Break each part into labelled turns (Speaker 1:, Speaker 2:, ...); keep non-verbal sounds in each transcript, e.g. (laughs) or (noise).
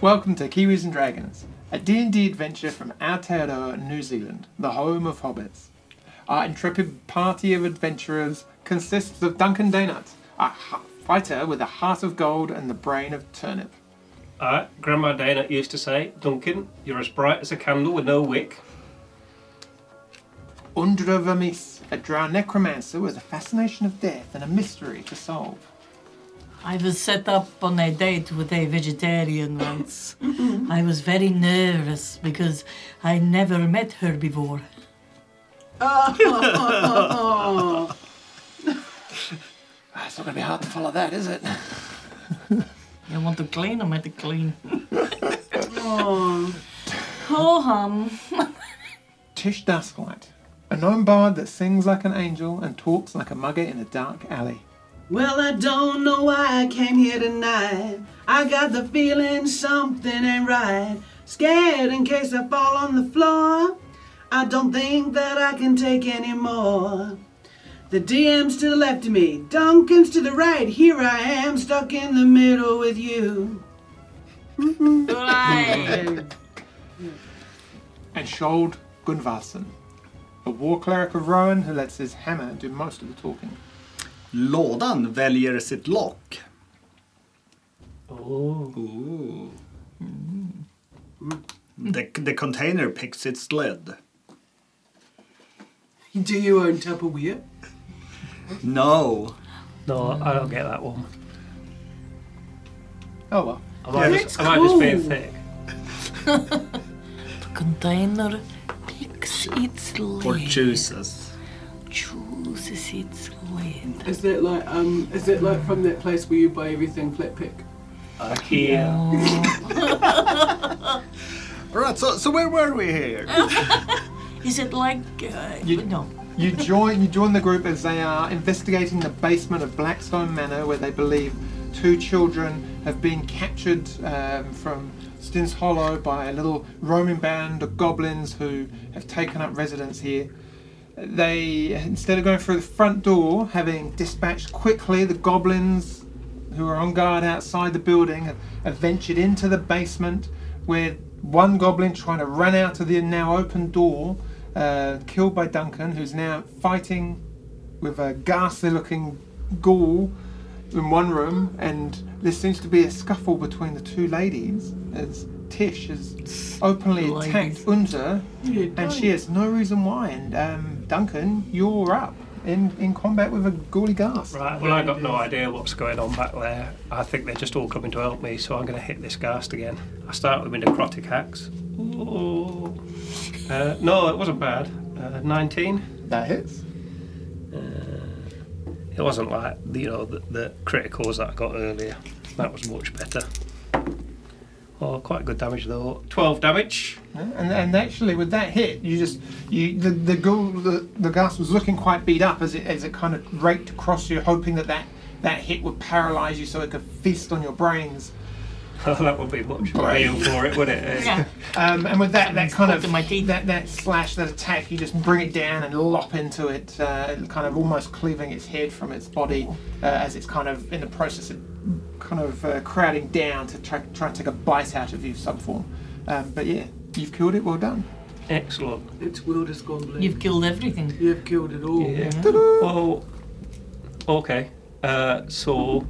Speaker 1: Welcome to Kiwis and Dragons, a D&D adventure from Aotearoa, New Zealand, the home of hobbits. Our intrepid party of adventurers consists of Duncan Daynut, a ha- fighter with a heart of gold and the brain of turnip.
Speaker 2: Uh, Grandma Dana used to say, Duncan, you're as bright as a candle with no wick.
Speaker 1: Undra Vermis, a drow necromancer with a fascination of death and a mystery to solve.
Speaker 3: I was set up on a date with a vegetarian once. I was very nervous because I never met her before.
Speaker 1: Ah, It's not going to be hard to follow that, is it? (laughs)
Speaker 3: You want to clean? I'm at the clean. oh, hum.
Speaker 1: Tish Dusklight, a gnome bard that sings like an angel and talks like a mugger in a dark alley.
Speaker 4: Well, I don't know why I came here tonight. I got the feeling something ain't right. Scared in case I fall on the floor. I don't think that I can take anymore. The DM's to the left of me, Duncan's to the right. Here I am, stuck in the middle with you.
Speaker 1: and Shold Gunvarsson, a war cleric of Rowan who lets his hammer do most of the talking.
Speaker 5: Lådan väljer sitt lock.
Speaker 2: Oh.
Speaker 5: Ooh. The, the container picks its lid.
Speaker 4: (laughs) Do you own Tupperware?
Speaker 5: No.
Speaker 2: No, I don't get that one.
Speaker 1: Oh well.
Speaker 2: Am I,
Speaker 5: Yeah,
Speaker 2: just, am I just being
Speaker 4: cool.
Speaker 2: thick?
Speaker 3: Container picks its lid.
Speaker 5: Or chooses.
Speaker 3: Chooses its lid.
Speaker 4: Is it like um? Is it like from that place where you buy everything flat pick?
Speaker 2: Yeah.
Speaker 5: Alright, so, so where were we here?
Speaker 3: Is it like. Uh,
Speaker 1: You-
Speaker 3: no.
Speaker 1: You join you join the group as they are investigating the basement of Blackstone Manor, where they believe two children have been captured um, from Stin's Hollow by a little roaming band of goblins who have taken up residence here. They instead of going through the front door, having dispatched quickly the goblins who are on guard outside the building, have, have ventured into the basement where one goblin trying to run out of the now open door, uh, killed by Duncan, who's now fighting with a ghastly looking ghoul in one room. And there seems to be a scuffle between the two ladies as Tish has openly
Speaker 3: Ladies.
Speaker 1: attacked Unza, and she has no reason why. And um, Duncan, you're up. In, in combat with a ghouly ghast.
Speaker 2: Right, well, I got no idea what's going on back there. I think they're just all coming to help me, so I'm going to hit this ghast again. I start with my necrotic axe. Oh. Uh, no, it wasn't bad. Uh, 19.
Speaker 1: That hits.
Speaker 2: It wasn't like the, you know the, the criticals that I got earlier. That was much better. Oh, quite good damage though. Twelve damage.
Speaker 1: Yeah, And, and actually, with that hit, you just you the the ghoul the, the ghast was looking quite beat up as it as it kind of raked across you, hoping that that, that hit would paralyze you so it could feast on your brains.
Speaker 2: that would be much value for it, would
Speaker 1: (laughs)
Speaker 2: it?
Speaker 3: (laughs) Yeah.
Speaker 1: Um, and with that that kind
Speaker 3: stuck in my
Speaker 1: of
Speaker 3: teeth.
Speaker 1: that that slash that attack, you just bring it down and lop into it, uh, kind of almost cleaving its head from its body uh, as it's kind of in the process of kind of uh, crowding down to try try and take a bite out of you some form. Um, but yeah, you've killed it. Well done.
Speaker 2: Eh, Excellent.
Speaker 4: Its world has gone blank.
Speaker 3: You've killed everything.
Speaker 4: You've killed it all.
Speaker 2: Yeah. Well, okay. Uh, so,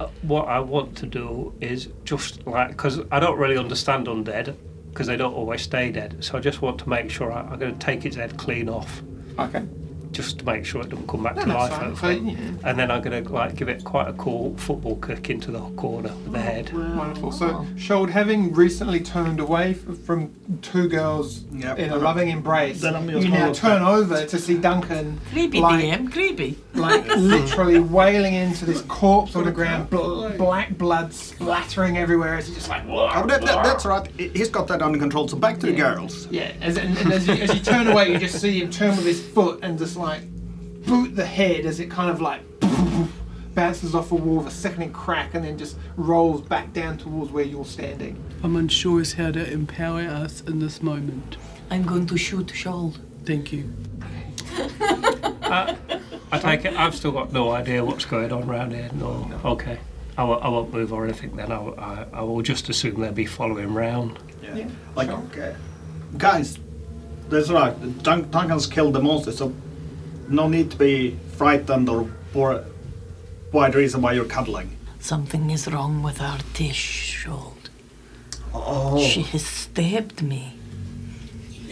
Speaker 2: uh, what I want to do is just like because I don't really understand undead because they don't always stay dead. So I just want to make sure I, I'm going to take its head clean off
Speaker 1: Okay.
Speaker 2: just to make sure it doesn't come back
Speaker 1: No,
Speaker 2: to
Speaker 1: that's
Speaker 2: life.
Speaker 1: fine. So,
Speaker 2: hopefully.
Speaker 1: yeah.
Speaker 2: and then I'm gonna like give it quite a cool football kick into the corner with
Speaker 1: Oh,
Speaker 2: the head.
Speaker 1: Wonderful. So, Shold, having recently turned away f- from two girls
Speaker 5: Yep.
Speaker 1: in a loving embrace,
Speaker 5: Then I'm your
Speaker 1: you now
Speaker 5: smaller
Speaker 1: turn over to see Duncan,
Speaker 3: Creepy
Speaker 1: Like-
Speaker 3: DM, creepy.
Speaker 6: (laughs)
Speaker 1: like literally wailing into this corpse on the ground, bl- black blood splattering everywhere. As he just like,
Speaker 5: Oh, that, that, that's right. He- He's got that under control. So back to the girls.
Speaker 1: yeah. As, and, and as, you, as you turn away, you just see him turn with his foot and just like boot the head as it kind of like (laughs) bounces off a wall with a sickening crack and then just rolls back down towards where you're standing.
Speaker 7: I'm unsure as how to empower us in this moment.
Speaker 3: I'm going to shoot Shold.
Speaker 7: Thank you.
Speaker 2: I take it. I've still got no idea what's going on round here. No. Okay. I w- I won't move or anything then. I, w- I- I will just assume they'll be following round.
Speaker 5: Yeah.
Speaker 8: Yeah,
Speaker 5: like,
Speaker 1: sure.
Speaker 5: okay. guys, that's right. Dun- Duncan's killed the monster, so no need to be frightened or for wide reason why you're cuddling.
Speaker 3: Something is wrong with our threshold.
Speaker 5: Oh,
Speaker 3: She has stabbed me.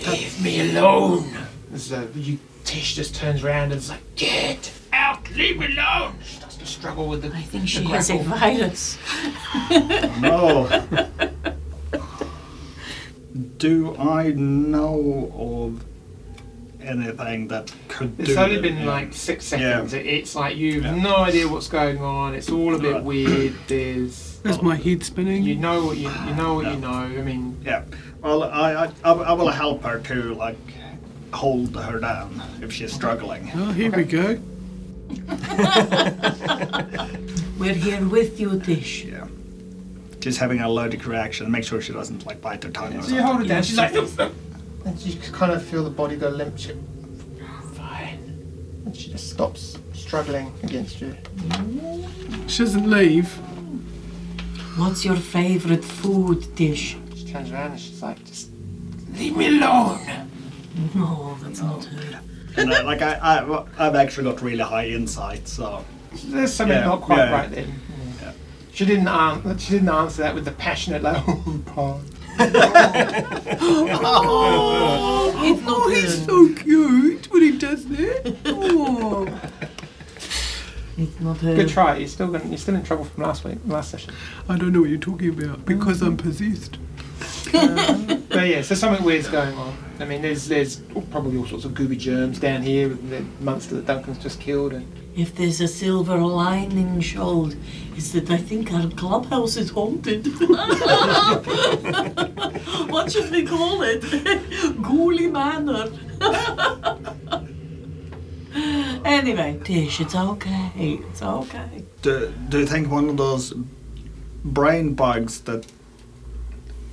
Speaker 6: Leave me alone.
Speaker 1: This is a
Speaker 6: You, Tish just turns around and is like, get out, leave me alone. She starts to struggle with the.
Speaker 3: I think she has a virus.
Speaker 1: (laughs)
Speaker 5: no. Do I know of anything that could
Speaker 1: It's
Speaker 5: do
Speaker 1: only
Speaker 5: it?
Speaker 1: been
Speaker 5: Yeah.
Speaker 1: like six
Speaker 5: Yeah.
Speaker 1: seconds. It, it's like you've
Speaker 5: Yeah.
Speaker 1: no idea what's going on. It's all a bit
Speaker 5: Right.
Speaker 1: weird. There's
Speaker 4: Is my head spinning?
Speaker 1: you know what you, you know what
Speaker 5: Yeah.
Speaker 1: you know. I mean,
Speaker 5: Yeah. Well, I, I, I, I will help her to like hold her down if she's struggling.
Speaker 4: Oh, here we go.
Speaker 3: We're here with you, Tish.
Speaker 5: Yeah. She's having an allergic reaction. Make sure she doesn't like bite her tongue or
Speaker 1: so you hold
Speaker 5: something.
Speaker 1: her down. She's like, and you can kind of feel the body go limp. She, fine. And she just stops struggling against you.
Speaker 4: She doesn't leave.
Speaker 3: What's your favorite food, Tish?
Speaker 1: She turns around and she's like, just
Speaker 6: Leave me alone.
Speaker 3: No, that's not her.
Speaker 5: And I, like I, I, I've actually got really high insight, so
Speaker 1: there's something
Speaker 5: Yeah,
Speaker 1: not quite
Speaker 5: yeah.
Speaker 1: right then. She didn't answer. She didn't answer that with the passionate like, (laughs) oh, pardon.
Speaker 3: It's not
Speaker 4: Oh, He's
Speaker 3: her.
Speaker 4: so cute when he does that. Oh.
Speaker 3: It's not her.
Speaker 1: Good try. You're still gonna, you're still in trouble from last week, last session.
Speaker 4: I don't know what you're talking about because I'm possessed.
Speaker 1: But yeah, so something weird's going on. I mean, there's there's probably all sorts of gooby germs down here with the monster that Duncan's just killed, and
Speaker 3: If there's a silver lining, Shold, is that I think our clubhouse is haunted. (laughs) what should we call it? (laughs) Ghouly Manor. (laughs) anyway, Tish, it's okay. It's okay.
Speaker 5: do, do you think one of those brain bugs that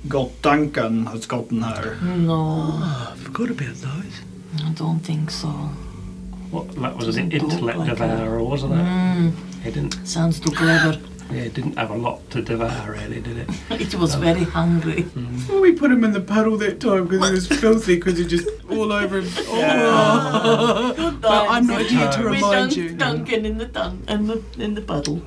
Speaker 5: got Duncan has gotten her?
Speaker 3: No,
Speaker 4: I forgot about those.
Speaker 3: I don't think so.
Speaker 2: What, that was an
Speaker 3: Doesn't look
Speaker 2: intellect
Speaker 3: like
Speaker 2: devourer, wasn't it?
Speaker 1: Hmm.
Speaker 3: Mm,
Speaker 2: It didn't,
Speaker 3: sounds too clever. (laughs)
Speaker 2: yeah, it didn't have a lot to devour, really, did it?
Speaker 3: It was very hungry.
Speaker 4: Well, we put him in the puddle that time because he was filthy because he just all over (laughs) him. Oh. But I'm not here
Speaker 3: (laughs)
Speaker 4: to
Speaker 3: We
Speaker 4: remind
Speaker 3: dunked
Speaker 4: you.
Speaker 3: Duncan in the dun- in the in the puddle.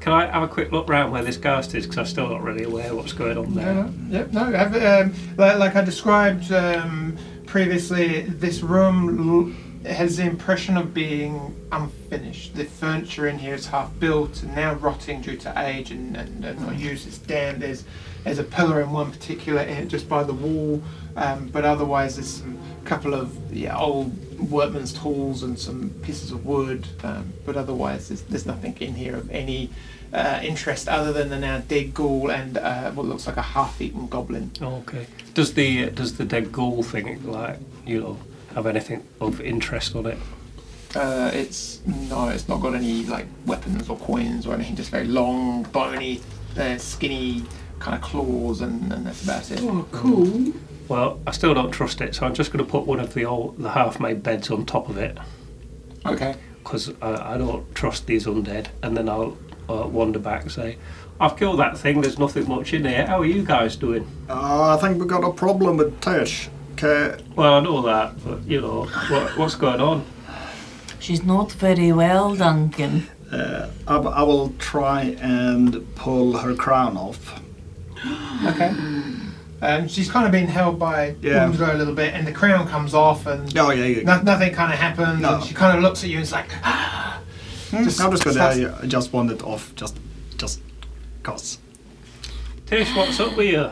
Speaker 2: Can I have a quick look round where this ghost is? Because I'm still not really aware what's going on there.
Speaker 1: No, no, uh, yep, no. Have, um, like, like I described um, previously, this room l- has the impression of being unfinished. The furniture in here is half built and now rotting due to age and, and, and not used. It's damp. There's there's a pillar in one particular e- just by the wall, um, but otherwise there's some couple of yeah, old workman's tools and some pieces of wood. Um, but otherwise there's, there's nothing in here of any uh, interest other than the now dead ghoul and uh, what looks like a half-eaten goblin.
Speaker 2: Okay. Does the does the dead ghoul thing like you know have anything of interest on it?
Speaker 1: Uh, it's no, it's not got any like weapons or coins or anything. Just very long, bony, uh, skinny kind of claws, and, and that's about it.
Speaker 4: Oh, cool.
Speaker 2: Well, I still don't trust it, so I'm just going to put one of the old the half-made beds on top of it
Speaker 1: Okay.
Speaker 2: because I, I don't trust these undead. And then I'll uh, wander back and say, "I've killed that thing. There's nothing much in here. How are you guys doing?"
Speaker 5: Uh, I think we got a problem with Tish. Okay.
Speaker 2: Well, I know that, but you know what, what's going on.
Speaker 3: She's not very well, Duncan.
Speaker 5: Uh, I, I will try and pull her crown off.
Speaker 1: Okay. Um, she's kind of been held by
Speaker 5: Yeah.
Speaker 1: Wombslow a little bit, and the crown comes off, and
Speaker 5: Oh yeah, yeah.
Speaker 1: no, nothing kind of happens.
Speaker 5: No.
Speaker 1: And she kind of looks at you and is like, (gasps)
Speaker 5: Hmm,
Speaker 1: just-
Speaker 5: I'm just gonna.
Speaker 1: just-
Speaker 5: I just want it off, just, just, cause.
Speaker 2: Tish, what's up with you?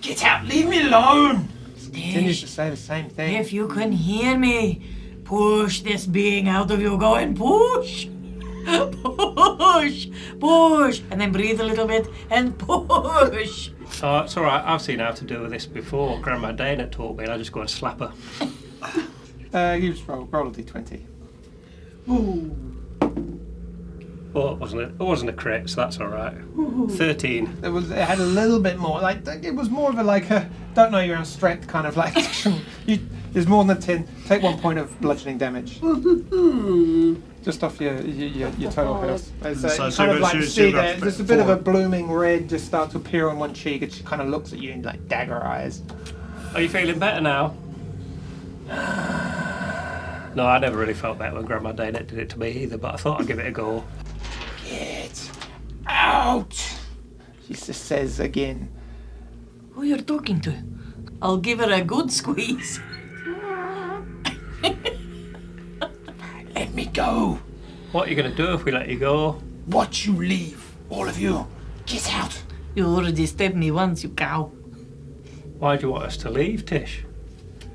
Speaker 6: Get out, leave me alone.
Speaker 1: continues to say the same thing.
Speaker 3: If you can hear me, push this being out of you. Go and push. Push, push, and then breathe a little bit and push.
Speaker 2: Oh, it's all right. I've seen how to do this before. Grandma Dana taught me, and I just go and slap her.
Speaker 1: Uh, you just roll, roll a d20.
Speaker 2: Well, "Oh, it wasn't a, it wasn't a crit, so that's all right. Thirteen.
Speaker 1: It was. It had a little bit more. Like it was more of a like a don't know you're unstrapped kind of like (laughs) action. You, there's more than ten. Take one point of bludgeoning damage.
Speaker 9: Hmm.
Speaker 1: Just off your your, your, your total health. As, uh,
Speaker 5: So
Speaker 1: you
Speaker 5: she
Speaker 1: kind of
Speaker 5: goes-
Speaker 1: like
Speaker 5: she- she
Speaker 1: see
Speaker 5: goes
Speaker 1: that
Speaker 5: f-
Speaker 1: there's a bit of a
Speaker 5: forward.
Speaker 1: blooming red just start to appear on one cheek, and she kind of looks at you in like dagger eyes.
Speaker 2: Are you feeling better now? (sighs) No, I never really felt better when Grandma Dana did it to me either, but I thought I'd give it a go.
Speaker 1: Get out! She just says again.
Speaker 10: Who you're talking to? I'll give her a good squeeze.
Speaker 9: Let me go.
Speaker 2: What are you going to do if we let you go?
Speaker 9: Watch you leave, all of you. Get out.
Speaker 10: You already stabbed me once, you cow.
Speaker 2: Why do you want us to leave, Tish?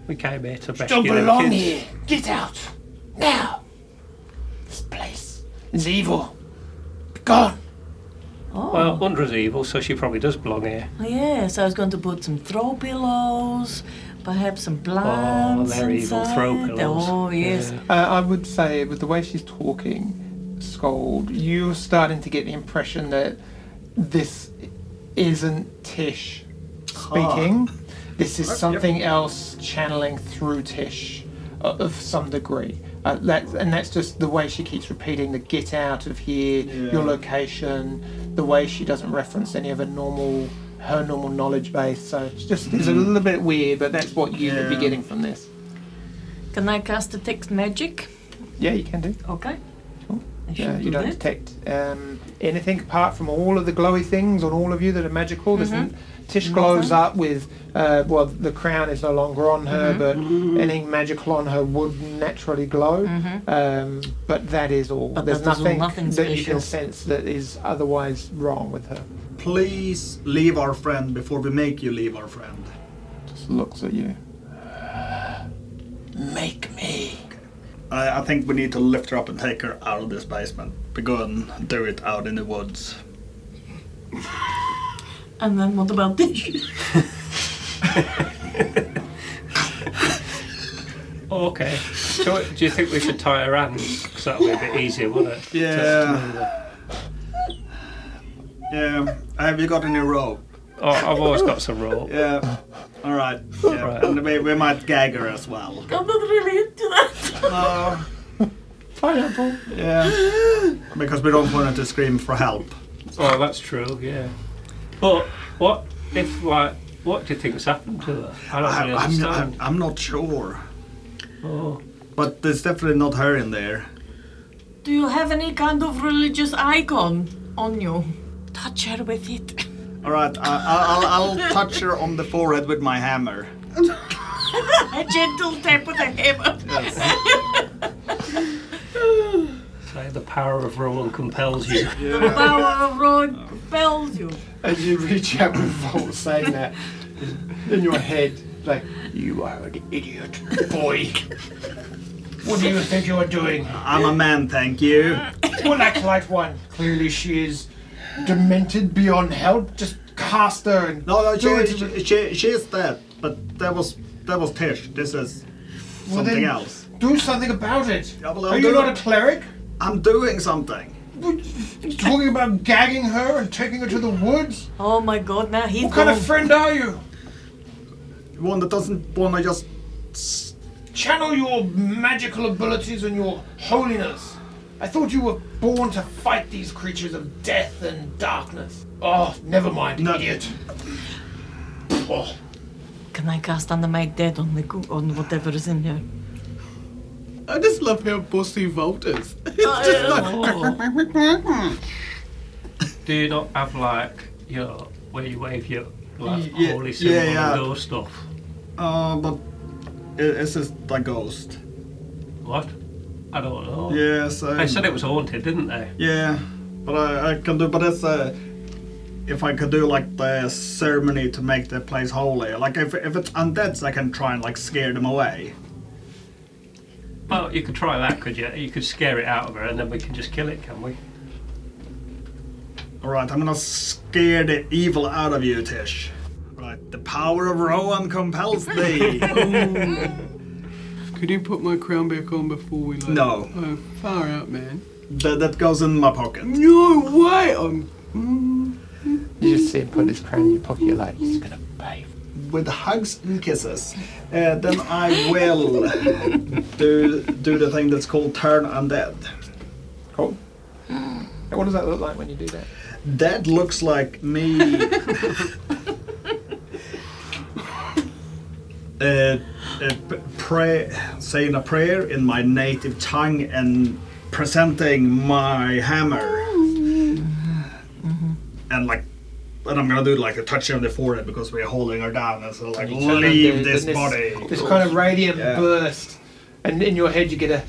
Speaker 2: We came here to rescue
Speaker 9: Don't
Speaker 2: them
Speaker 9: belong
Speaker 2: kids.
Speaker 9: here. Get out now. This place is evil. Be gone.
Speaker 2: Well, Undra's evil, so she probably does belong here.
Speaker 10: Oh, yes, I was going to put some throw pillows, perhaps some plants.
Speaker 2: they're Oh, evil
Speaker 10: inside.
Speaker 2: throw pillows.
Speaker 10: Oh, yes.
Speaker 1: Uh, I would say with the way she's talking, Scold, you're starting to get the impression that this isn't Tish speaking. This is something else channeling through Tish uh, of some degree. Uh, that, and that's just the way she keeps repeating the get out of here, your location, the way she doesn't reference any of her normal her normal knowledge base. So it's just it's a little bit weird, but that's what you would be getting from this.
Speaker 10: Can I cast detect magic?
Speaker 1: Yeah, you can do.
Speaker 10: Okay. I should
Speaker 1: Oh, Yeah,
Speaker 10: do
Speaker 1: you don't
Speaker 10: that.
Speaker 1: detect um, anything apart from all of the glowy things on all of you that are magical. There's
Speaker 10: Mm-hmm.
Speaker 1: n- Tish glows up with, uh, well, the crown is no longer on
Speaker 10: Mm-hmm.
Speaker 1: her, but anything magical on her would naturally glow. Um, but that is all.
Speaker 10: Mm-hmm. But
Speaker 1: There's
Speaker 10: that is all,
Speaker 1: nothing,
Speaker 10: nothing
Speaker 1: that you
Speaker 10: special.
Speaker 1: can sense that is otherwise wrong with her.
Speaker 5: Please leave our friend before we make you leave our friend.
Speaker 1: Just looks at you.
Speaker 9: Make me.
Speaker 5: I, I think we need to lift her up and take her out of this basement. We go and do it out in the woods.
Speaker 10: And then what about this? (laughs)
Speaker 2: Okay. So, do you think we should tie her hands? Because that would be a bit easier, wouldn't it?
Speaker 5: Yeah. Yeah. Have you got any rope?
Speaker 2: Oh, I've always got some rope.
Speaker 5: (laughs) Yeah. All right. Yeah.
Speaker 2: Right.
Speaker 5: And we, we might gag her as well.
Speaker 10: I'm not really into that.
Speaker 5: No.
Speaker 1: Pineapple.
Speaker 5: Yeah. (gasps) Because we don't want her to scream for help.
Speaker 2: Oh, that's true. Yeah. But what if like what do you think's happened to her? I don't
Speaker 5: I,
Speaker 2: really
Speaker 5: I'm,
Speaker 2: understand.
Speaker 5: I'm, I'm not sure.
Speaker 2: oh.
Speaker 5: But there's definitely not her in there.
Speaker 10: Do you have any kind of religious icon on you? Touch her with it. (laughs)
Speaker 5: All right. I, I'll, I'll, I'll touch her on the forehead with my hammer.
Speaker 10: A gentle tap with a hammer.
Speaker 2: Say the power of Rowan compels you.
Speaker 10: The power of road compels you.
Speaker 1: As you reach out with Volt saying that in your head, like,
Speaker 9: You are an idiot, boy. what do you think you are doing?
Speaker 5: I'm a man, thank you.
Speaker 9: Well, that's like one.
Speaker 1: clearly she is demented beyond help. Just cast her and
Speaker 5: No, no,
Speaker 1: Do
Speaker 5: she,
Speaker 1: it.
Speaker 5: she, she, she is dead. But that was that was Tish. This is
Speaker 1: Well,
Speaker 5: something
Speaker 1: then
Speaker 5: else.
Speaker 1: Do something about it.
Speaker 5: Yeah, well, I'll
Speaker 1: Are you
Speaker 5: do
Speaker 1: not
Speaker 5: it.
Speaker 1: a cleric?
Speaker 5: I'm doing something.
Speaker 1: You're talking about gagging her and taking her to the woods?
Speaker 10: Oh my god, now he's
Speaker 1: What kind
Speaker 10: gone.
Speaker 1: of friend are you?
Speaker 5: One that doesn't want to just.
Speaker 1: Channel your magical abilities and your holiness. I thought you were born to fight these creatures of death and darkness. Oh, never mind,
Speaker 5: No.
Speaker 1: idiot. Oh,
Speaker 10: Can I cast animate dead on the goo- on whatever is in here?
Speaker 4: I just love how bossy Volt is.
Speaker 10: Uh,
Speaker 2: Do you not have like you know where you wave your like
Speaker 5: Y- yeah,
Speaker 2: holy
Speaker 5: yeah,
Speaker 2: symbol
Speaker 5: yeah.
Speaker 2: and those stuff?
Speaker 5: Uh, but it, it's just the ghost.
Speaker 2: What? I don't know.
Speaker 5: Yes.
Speaker 2: They said it was haunted, didn't they?
Speaker 5: Yeah, but I, I can do. But it's uh, if I could do like the ceremony to make the place holy. Like if if it's undeads, I can try and like scare them away.
Speaker 2: Well, you could try that, could you? You could scare it out of her, and then we can just kill it, can we?
Speaker 5: All right, I'm gonna scare the evil out of you, Tish. All Right, the power of Rowan compels thee.
Speaker 4: Could you put my crown back on before we leave?
Speaker 5: No.
Speaker 4: Oh, far out, man.
Speaker 5: that that goes in my pocket.
Speaker 4: No way! I'm mm,
Speaker 1: You just see him put his crown in your pocket, like,
Speaker 9: Babe,
Speaker 5: with hugs and kisses. Uh, then I will do do the thing that's called turn undead.
Speaker 1: Cool. And What does that look like when you do that?
Speaker 5: That looks like me. uh, uh, p- pray, saying a prayer in my native tongue and presenting my hammer. And like, and I'm gonna do like a touch on the forehead because we're holding her down. And so like,
Speaker 1: You turn
Speaker 5: leave
Speaker 1: and
Speaker 5: this
Speaker 1: then
Speaker 5: body.
Speaker 1: This kind of radiant
Speaker 5: Yeah.
Speaker 1: burst, and in your head you get a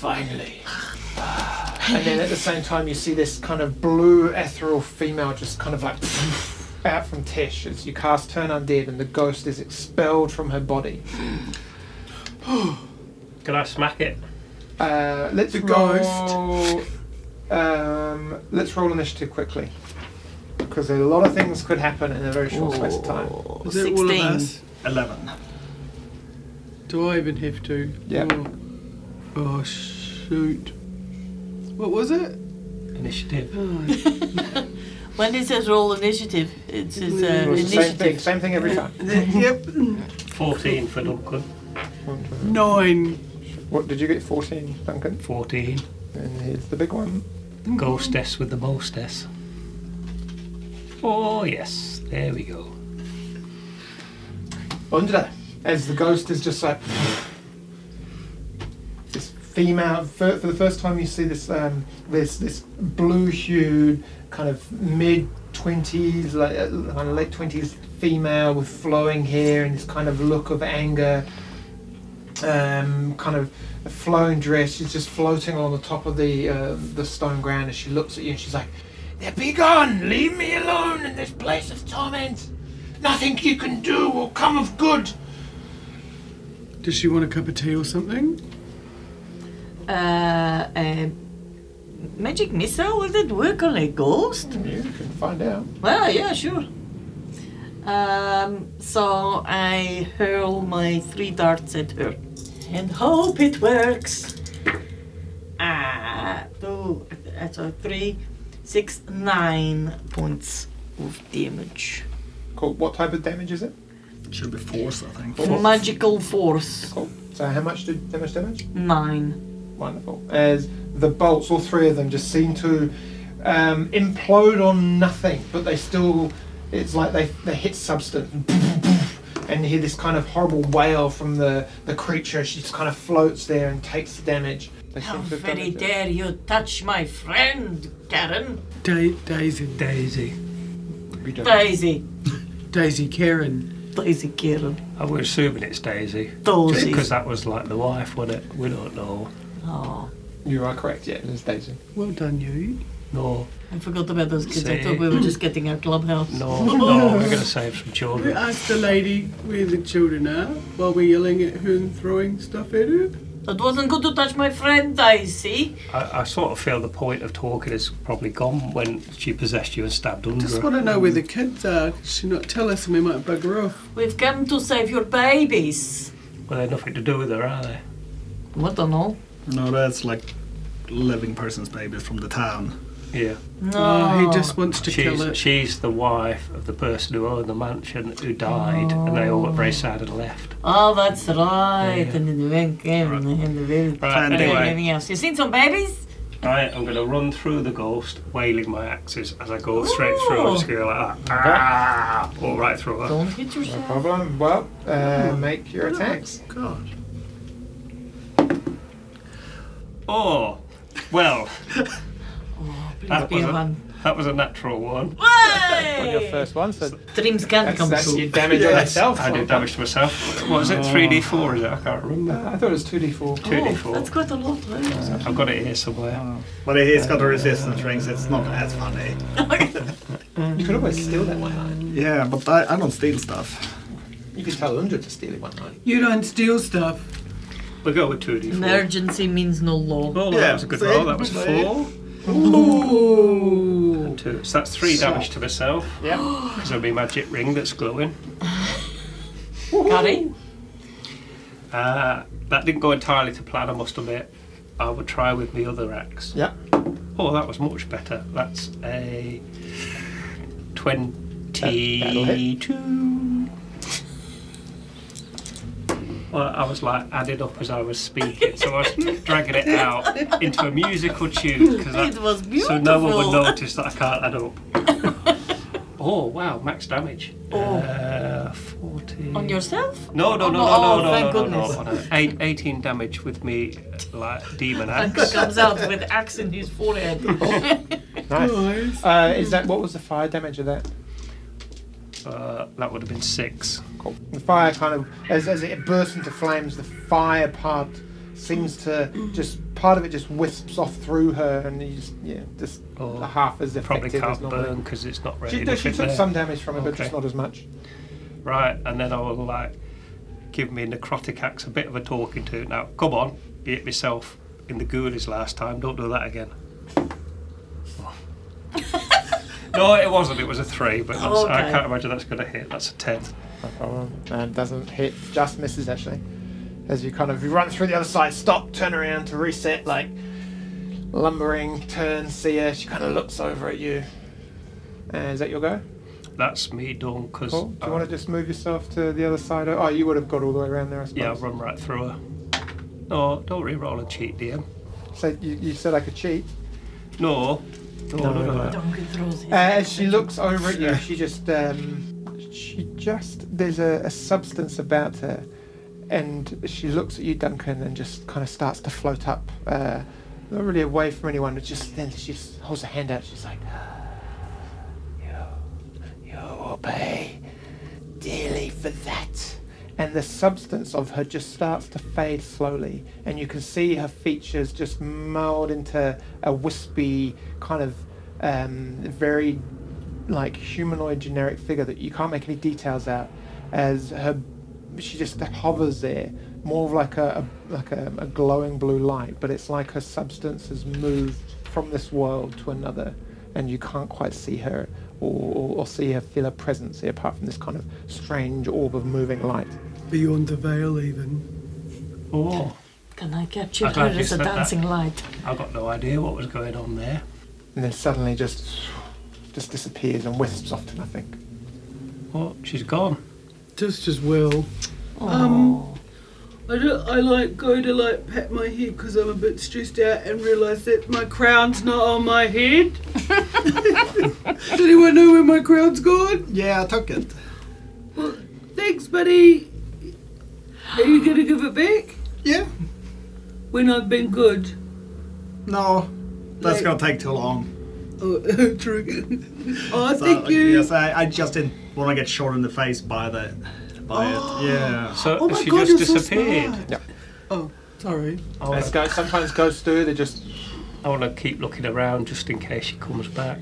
Speaker 1: finally. And then at the same time, you see this kind of blue ethereal female just kind of like out from Tish as you cast Turn Undead, and the ghost is expelled from her body.
Speaker 2: Can I smack it?
Speaker 1: Uh, let's
Speaker 4: The ghost.
Speaker 1: roll. Um, let's roll initiative quickly because a lot of things could happen in a very
Speaker 10: oh,
Speaker 1: short space of time.
Speaker 4: Is it all
Speaker 3: 16.
Speaker 4: of us?
Speaker 5: Eleven.
Speaker 4: Do I even have to?
Speaker 1: Yeah.
Speaker 4: Oh. Oh, shoot. What was it?
Speaker 2: Initiative.
Speaker 3: When it says roll initiative, it says uh,
Speaker 1: Well, it's the Same thing,
Speaker 3: initiative.
Speaker 1: same thing every time.
Speaker 4: yep.
Speaker 2: 14 for Duncan.
Speaker 4: Nine.
Speaker 1: What did you get? Fourteen, Duncan.
Speaker 2: 14.
Speaker 1: And here's the big one.
Speaker 2: Ghostess with the mostess. Oh, yes. There we go.
Speaker 1: Under. As the ghost is just like. This female. For, for the first time, you see this um, this this blue hued, kind of mid 20s, like, uh, kind of late 20s female with flowing hair and this kind of look of anger. Um, kind of a flowing dress. She's just floating along the top of the uh, the stone ground as she looks at you and she's like,
Speaker 9: Now be gone! Leave me alone in this place of torment! Nothing you can do will come of good!
Speaker 4: Does she want a cup of tea or something?
Speaker 3: Uh, a magic missile, will that work on a ghost?
Speaker 1: You can find out.
Speaker 3: Well, yeah, sure. Um, so I hurl my three darts at her and hope it works. Ah, two, uh, so three, six, nine points of damage.
Speaker 1: Cool. What type of damage is it?
Speaker 5: Should be force, I think.
Speaker 3: Magical force,
Speaker 1: Cool. So how much did how much damage?
Speaker 3: nine.
Speaker 1: Wonderful. As the bolts, all three of them, just seem to um, implode on nothing, but they still. It's like they they hit substance. And you hear this kind of horrible wail from the, the creature. She just kind of floats there and takes the damage. They
Speaker 3: How
Speaker 1: seem to have
Speaker 3: very
Speaker 1: damaged it.
Speaker 3: dare you touch my friend, Karen?
Speaker 4: Da- Daisy.
Speaker 2: Daisy.
Speaker 1: You don't-
Speaker 3: Daisy.
Speaker 4: Daisy Karen.
Speaker 3: Daisy Karen.
Speaker 2: I was assuming it's Daisy. Just
Speaker 3: Daisy.
Speaker 2: because that was like the wife, wasn't it? We don't know.
Speaker 3: Oh,
Speaker 1: You are correct. Yeah, it is Daisy.
Speaker 4: Well done, you.
Speaker 2: No,
Speaker 3: I forgot about those kids. I
Speaker 2: Say-
Speaker 3: thought we were just getting our clubhouse.
Speaker 4: (laughs)
Speaker 2: no, no. We're going to save some
Speaker 4: We
Speaker 2: children.
Speaker 4: asked the lady where the children are while we're yelling at her and throwing stuff at her.
Speaker 3: That wasn't good to touch my friend, Daisy.
Speaker 2: I, I sort of feel the point of talking is probably gone when she possessed you and stabbed under
Speaker 4: Just
Speaker 2: her.
Speaker 4: want to know where the kids are. Could she not tell us and we might bug her off?
Speaker 3: We've come to save your babies.
Speaker 2: Well, they're nothing to do with her, are they?
Speaker 3: I don't know.
Speaker 5: No, that's like living person's babies from the town.
Speaker 2: Yeah.
Speaker 3: No.
Speaker 2: Uh,
Speaker 4: Oh, he just wants to kill
Speaker 2: She's,
Speaker 4: it.
Speaker 2: she's the wife of the person who owned the mansion who died, and they all got very sad and left.
Speaker 3: Oh, that's right.
Speaker 2: Yeah.
Speaker 3: And then the van came and then the van.
Speaker 2: Right,
Speaker 5: And
Speaker 3: and
Speaker 2: anyway,
Speaker 3: everything else. You seen some babies?
Speaker 2: I, I'm going to run through the ghost, wailing my axes as I go straight through. I'm just going to go like
Speaker 4: Oh.
Speaker 2: that. Ah! All right through her.
Speaker 3: Don't hit
Speaker 1: No
Speaker 3: yourself.
Speaker 2: Uh-huh.
Speaker 1: problem. Well, uh,
Speaker 3: Hmm.
Speaker 1: make your attacks.
Speaker 5: God.
Speaker 2: Oh, well,
Speaker 3: Please
Speaker 2: that
Speaker 3: be
Speaker 2: was,
Speaker 3: a
Speaker 2: a,
Speaker 3: one.
Speaker 2: that was a natural one.
Speaker 1: On your
Speaker 3: Hey!
Speaker 1: first one, so
Speaker 3: Dreams can't
Speaker 1: that's,
Speaker 3: come
Speaker 1: that's
Speaker 3: true.
Speaker 1: your damage on yourself.
Speaker 2: I did damage to myself. What was it? 3d4 is it? I can't
Speaker 1: Uh,
Speaker 2: remember.
Speaker 1: I thought it was 2d4.
Speaker 3: Oh, that's
Speaker 2: 2d4.
Speaker 3: quite a lot,
Speaker 2: (laughs)
Speaker 3: right?
Speaker 2: I've got it here
Speaker 1: Uh,
Speaker 2: somewhere.
Speaker 5: But he's got the resistance rings, it's not as funny.
Speaker 1: You could always steal that one night.
Speaker 5: Yeah, but I, I don't steal stuff.
Speaker 1: You could tell Undra to steal it one night.
Speaker 4: You don't steal stuff.
Speaker 2: We'll go with 2d4.
Speaker 3: Emergency means no law.
Speaker 2: Oh,
Speaker 5: Yeah,
Speaker 2: that was a good
Speaker 5: see?
Speaker 2: roll. That was
Speaker 5: See?
Speaker 2: four. And two. So that's three damage to myself. (gasps)
Speaker 1: Yep.
Speaker 2: Because it'll be magic ring that's glowing.
Speaker 3: Carrie?
Speaker 2: Uh, that didn't go entirely to plan, I must admit. I would try with my other axe.
Speaker 1: Yep.
Speaker 2: Oh, that was much better. That's a 22. Well, I was like adding up as I was speaking, so I
Speaker 3: (laughs)
Speaker 2: was dragging it out into a musical tune because
Speaker 3: It was
Speaker 2: so
Speaker 3: beautiful.
Speaker 2: no one would notice that I can't add up.
Speaker 3: (laughs)
Speaker 2: oh wow, max damage.
Speaker 3: Oh.
Speaker 2: Uh, Forty.
Speaker 3: On yourself?
Speaker 2: No, no, no,
Speaker 3: Oh, no,
Speaker 2: no,
Speaker 3: oh,
Speaker 2: no, no,
Speaker 3: thank
Speaker 2: no, no,
Speaker 3: goodness.
Speaker 2: no, no. Eight, 18 damage with me, uh, like demon
Speaker 3: He
Speaker 2: axe.
Speaker 3: comes out with axe in his (laughs) forehead.
Speaker 1: Nice. Uh, is that what was the fire damage of that?
Speaker 2: Uh, that would have been six.
Speaker 1: Cool. The fire kind of, as, as it bursts into flames, the fire part seems to just part of it just wisps off through her, and you just yeah, just
Speaker 2: Oh,
Speaker 1: half as
Speaker 2: Probably
Speaker 1: effective as
Speaker 2: can't
Speaker 1: normal.
Speaker 2: burn because it's not ready.
Speaker 1: She, no, she took some damage from it, but
Speaker 2: Okay.
Speaker 1: just not as much.
Speaker 2: Right, and then I will like give me necrotic axe a bit of a talking to. Now, come on, you hit myself in the ghoulies last time. Don't do that
Speaker 3: (laughs)
Speaker 2: again. no, it wasn't. It was a three, but that's, I
Speaker 3: Okay.
Speaker 2: can't imagine that's going to hit. That's a ten.
Speaker 1: No problem. And doesn't hit, just misses actually. As you kind of you run through the other side, stop, turn around to reset, like lumbering, turn, see her. She kind of looks over at you. Uh, is that your go?
Speaker 2: That's me done because
Speaker 1: Cool. Do you want to just move yourself to the other side? Oh, you would have got all the way around there, I suppose.
Speaker 2: yeah, I'll run right through her. No, don't re-roll and cheat, DM.
Speaker 1: So you, you said I could cheat.
Speaker 2: No, no, no, no. no.
Speaker 3: Duncan throws his
Speaker 1: Uh, as she looks over at you, she just, um, she just, there's a, a substance about her, and she looks at you, Duncan, and just kind of starts to float up, uh, not really away from anyone, but just then she just holds her hand out. She's like, "You, you will pay dearly for that." And the substance of her just starts to fade slowly, and you can see her features just mould into a wispy kind of um, very like humanoid generic figure that you can't make any details out as her she just hovers there more of like a, a like a, a glowing blue light but it's like her substance has moved from this world to another and you can't quite see her or, or, or see her feel her presence here apart from this kind of strange orb of moving light
Speaker 4: Beyond the veil, even.
Speaker 2: Oh,
Speaker 3: Can I capture
Speaker 2: I'm
Speaker 3: her
Speaker 2: glad you
Speaker 3: as a
Speaker 2: said that.
Speaker 3: dancing light?
Speaker 2: I got no idea what was going on there.
Speaker 1: and then suddenly just just disappears and wisps off to nothing
Speaker 2: Oh, she's gone.
Speaker 4: Just as well.
Speaker 11: Um, I, don't, I like go to like pat my head because I'm a bit stressed out and realise that my crown's not on my head. (laughs) Does anyone know where my crown's gone?
Speaker 5: Yeah, I took it.
Speaker 11: Thanks, buddy. Are you gonna give it back
Speaker 5: Yeah.
Speaker 11: when I've been good?
Speaker 5: No, that's
Speaker 11: Like-
Speaker 5: gonna take too long.
Speaker 11: Oh, (laughs)
Speaker 5: (laughs)
Speaker 11: true. oh,
Speaker 5: So,
Speaker 11: thank you.
Speaker 5: uh, Yes, I, I just didn't want to get shot in the face by the by (gasps) it. Yeah.
Speaker 2: So
Speaker 11: Oh my
Speaker 2: she
Speaker 11: God,
Speaker 2: just
Speaker 11: you're so
Speaker 2: disappeared.
Speaker 11: smart.
Speaker 1: Yep.
Speaker 11: Oh, sorry.
Speaker 2: I wanna-
Speaker 1: As go- sometimes ghosts do they just
Speaker 2: I want to keep looking around just in case she comes back.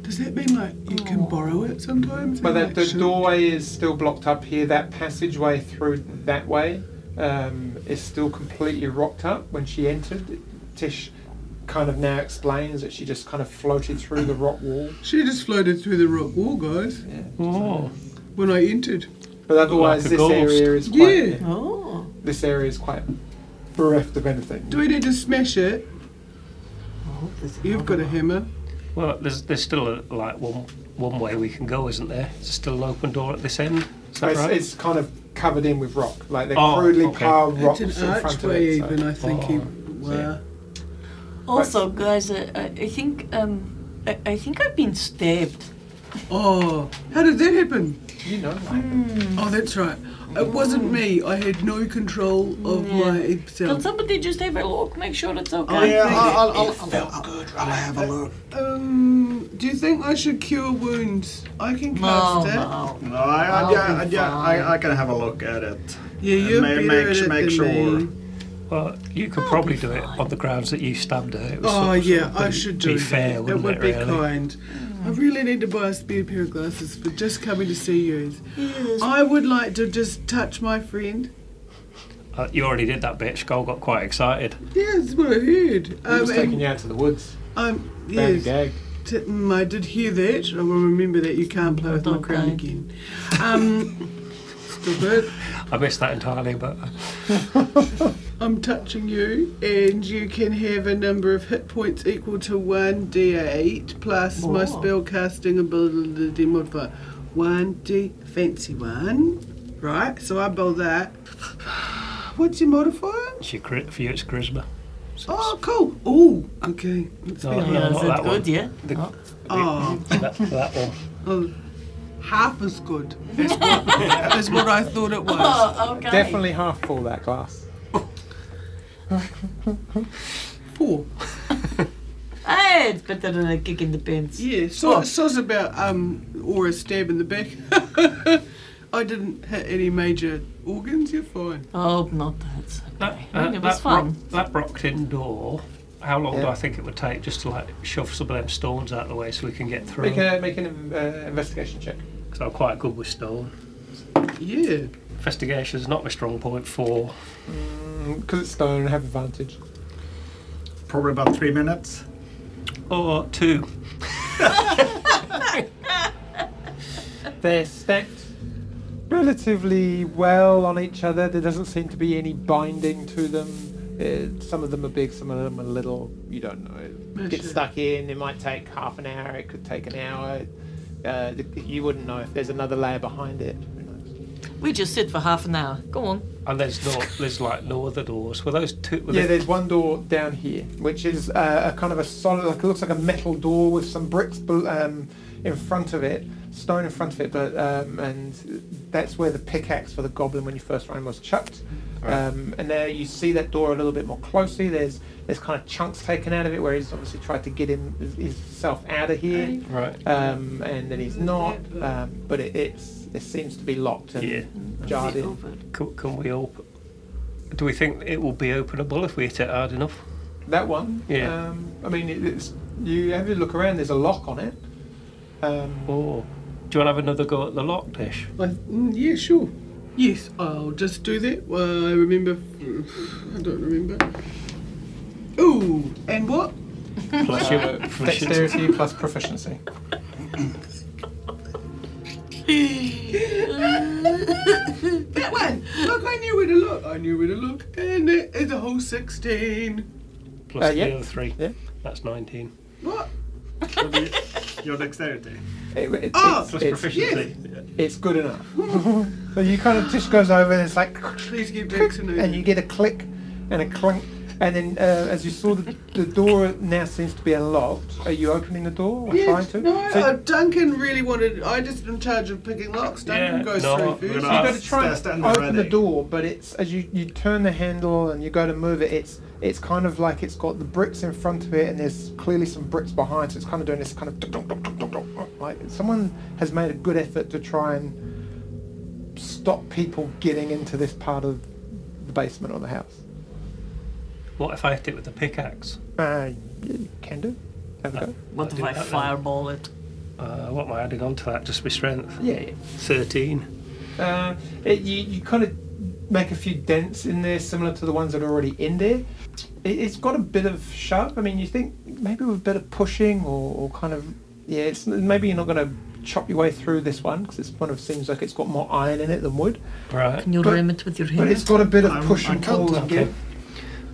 Speaker 4: Does that mean like you can borrow it sometimes?
Speaker 1: Oh. But
Speaker 4: Like,
Speaker 1: that the
Speaker 4: should-
Speaker 1: doorway is still blocked up here. That passageway through that way um, is still completely rocked up. When she entered, Tish kind of now explains that she just kind of floated through the rock wall.
Speaker 4: She just floated through the rock wall, guys.
Speaker 2: Oh,
Speaker 4: When I entered.
Speaker 1: But otherwise,
Speaker 2: Like a
Speaker 1: this
Speaker 2: ghost.
Speaker 1: area is quite.
Speaker 4: Yeah.
Speaker 3: Oh.
Speaker 1: This area is quite bereft of anything.
Speaker 4: Do we need to smash it?
Speaker 1: Oh,
Speaker 4: You've got a hammer.
Speaker 2: well, there's there's still a, like one one way we can go, isn't there? There's still an open door at this end. Is that
Speaker 1: it's,
Speaker 2: right?
Speaker 1: it's kind of covered in with rock. Like they're
Speaker 2: Oh,
Speaker 1: crudely
Speaker 2: okay.
Speaker 1: piled rocks
Speaker 4: it's
Speaker 1: in
Speaker 4: an
Speaker 1: front of
Speaker 4: archway,
Speaker 1: it. so-
Speaker 4: even, I think. he,
Speaker 2: Oh,
Speaker 4: were.
Speaker 3: Also, guys, uh, I, I think um, I, I think I've been stabbed.
Speaker 4: Oh, how did that happen?
Speaker 1: you know. what happened.
Speaker 4: Oh, that's right. It wasn't me. I had no control of my
Speaker 3: Can
Speaker 4: self.
Speaker 3: somebody just have a look, make sure it's
Speaker 1: Oh,
Speaker 3: okay?
Speaker 4: I think
Speaker 5: I'll, I'll, I'll,
Speaker 4: Um, do you think I should cure wounds? I can
Speaker 3: No,
Speaker 2: Oh,
Speaker 4: cast it.
Speaker 3: no.
Speaker 5: no, I, I, yeah, I, yeah, I, I can have a look at it.
Speaker 4: Yeah, you're
Speaker 5: Ma-
Speaker 4: better
Speaker 5: make-
Speaker 4: at it
Speaker 5: make
Speaker 4: than
Speaker 5: sure.
Speaker 4: me.
Speaker 2: well, you could probably do it on the grounds that you stabbed her. It was
Speaker 4: Oh
Speaker 2: sort of-
Speaker 4: yeah,
Speaker 2: sort of
Speaker 4: I
Speaker 2: be-
Speaker 4: should
Speaker 2: be
Speaker 4: do that.
Speaker 2: fair,
Speaker 4: It
Speaker 2: wouldn't
Speaker 4: would
Speaker 2: it?
Speaker 4: be
Speaker 2: really?
Speaker 4: kind. I really need to buy a spare pair of glasses for just coming to see you.
Speaker 3: Yes.
Speaker 4: I would like to just touch my friend.
Speaker 2: Uh, you already did that bit. Skull got quite excited.
Speaker 4: Yeah, that's what I heard.
Speaker 1: He was
Speaker 4: Um,
Speaker 1: taking
Speaker 4: and,
Speaker 1: you out to the woods.
Speaker 4: um,
Speaker 1: Bang
Speaker 4: yes,
Speaker 1: gag.
Speaker 4: t- mm, I did hear that. I will remember that you can't play with my
Speaker 3: Don't
Speaker 4: crown
Speaker 3: die.
Speaker 4: again. Um, stop it.
Speaker 2: I missed that entirely, but uh,
Speaker 4: I'm touching you, and you can have a number of hit points equal to one d8 plus my
Speaker 3: Oh.
Speaker 4: spell casting ability modifier. (sighs) One d fancy one, right? So I build that.
Speaker 11: What's your modifier?
Speaker 2: She crit for you. It's charisma. So
Speaker 11: Oh, cool. Ooh, okay.
Speaker 2: it's- no, no,
Speaker 3: Yeah,
Speaker 2: not
Speaker 3: is that
Speaker 2: that one.
Speaker 3: good? Yeah.
Speaker 2: The-
Speaker 11: Oh,
Speaker 2: That, that
Speaker 3: (laughs)
Speaker 2: one.
Speaker 4: oh,
Speaker 11: half as good.
Speaker 4: That's what I thought it was.
Speaker 3: Oh, okay.
Speaker 1: Definitely half full that class.
Speaker 4: Four.
Speaker 3: Hey, Ah, it's better than a kick in the pants.
Speaker 4: Yeah, so so it's about um or a stab in the back. (laughs) I didn't hit any major organs. You're fine.
Speaker 3: Oh, not that.
Speaker 2: That, uh,
Speaker 3: It was
Speaker 2: that,
Speaker 3: fun.
Speaker 2: Brock- that Brockton door. How long do
Speaker 1: Yeah.
Speaker 2: I think it would take just to like shove some of them stones out of the way so we can get through?
Speaker 1: Make,
Speaker 2: Because
Speaker 1: a, make an uh, investigation check.
Speaker 2: I'm quite good with stone.
Speaker 4: Yeah.
Speaker 2: Investigation's not my strong point for.
Speaker 1: Because it's stone, have advantage.
Speaker 5: Probably about three minutes.
Speaker 2: Oh, two.
Speaker 1: They're stacked relatively well on each other. There doesn't seem to be any binding to them. Uh, some of them are big, some of them are little. You don't know. Get stuck in. It might take half an hour. It could take an hour. Uh, th- you wouldn't know if there's another layer behind it. Who knows?
Speaker 3: We just sit for half an hour. Go on.
Speaker 2: And there's no, there's like no other doors. Were those two? Were
Speaker 1: Yeah,
Speaker 2: they-
Speaker 1: there's one door down here, which is uh, a kind of a solid, like it looks like a metal door with some bricks bel- um, in front of it, stone in front of it, but um, and that's where the pickaxe for the goblin when you first ran was chucked. Um, and there you see that door a little bit more closely. There's there's kind of chunks taken out of it where he's obviously tried to get him, his- himself out of here,
Speaker 2: right.
Speaker 1: um, and then he's not. Um, but it, it's it seems to be locked and
Speaker 2: Yeah.
Speaker 1: jarred in. (laughs)
Speaker 2: Can, can we open? Do we think it will be openable if we hit it hard enough?
Speaker 1: That one.
Speaker 2: Yeah.
Speaker 1: Um, I mean, it, it's you have a look around. There's a lock on it. Um,
Speaker 2: Oh, do you want to have another go at the
Speaker 1: (laughs)
Speaker 2: lock dish?
Speaker 4: I, mm, yeah, sure. Yes, I'll just do that. Well, I remember. (sighs) I don't remember. Ooh, and what?
Speaker 2: Plus your proficiency.
Speaker 1: uh, dexterity plus proficiency.
Speaker 4: That one. Look, I knew where to look. I knew where to look, and it is a whole sixteen.
Speaker 2: Plus
Speaker 1: Uh, yeah.
Speaker 2: the other three.
Speaker 1: Yeah.
Speaker 2: That's nineteen.
Speaker 4: What?
Speaker 5: Your dexterity.
Speaker 1: It, it,
Speaker 4: Oh,
Speaker 1: it's,
Speaker 2: Plus
Speaker 1: it's,
Speaker 2: proficiency.
Speaker 1: it's good enough. (laughs) so you kind of just goes over and it's like,
Speaker 4: Please get
Speaker 1: and you
Speaker 4: vaccinated.
Speaker 1: get a click and a clunk, and then uh, as you saw, the, the door now seems to be unlocked. Are you opening the door or trying
Speaker 4: Yes,
Speaker 1: to?
Speaker 4: no,
Speaker 1: So-
Speaker 4: uh, Duncan really wanted. I just am in charge of picking locks. Duncan
Speaker 2: Yeah,
Speaker 4: goes
Speaker 2: no,
Speaker 4: through
Speaker 5: we're
Speaker 4: first.
Speaker 5: not.
Speaker 1: you got to try and
Speaker 5: Stand
Speaker 1: open the
Speaker 5: ready.
Speaker 1: door, but it's as you, you turn the handle and you go to move it. It's it's kind of like it's got the bricks in front of it, and there's clearly some bricks behind. So it's kind of doing this kind of dunk, dunk, dunk, dunk, dunk, dunk, like someone has made a good effort to try and stop people getting into this part of the basement or the house.
Speaker 2: What if I hit it with a pickaxe?
Speaker 1: Uh, you can do. Have a go.
Speaker 3: (laughs) What
Speaker 2: I
Speaker 3: if
Speaker 2: do
Speaker 3: I
Speaker 2: that then.
Speaker 3: fireball it?
Speaker 2: Uh, what am I adding on to that? Just my strength.
Speaker 1: Yeah. yeah.
Speaker 2: Thirteen.
Speaker 1: Uh, it, you, you kind of make a few dents in there, similar to the ones that are already in there. It, it's got a bit of sharp. I mean, you think maybe with a bit of pushing or, or kind of yeah, it's maybe you're not going to chop your way through this one because this one of seems like it's got more iron in it than wood,
Speaker 2: Right.
Speaker 3: Can you
Speaker 1: But-
Speaker 3: ram it with your
Speaker 1: but
Speaker 3: hand?
Speaker 1: it's got a bit of
Speaker 5: I'm-
Speaker 1: push
Speaker 5: I
Speaker 1: and
Speaker 5: can't
Speaker 1: pull
Speaker 5: tell.
Speaker 1: again.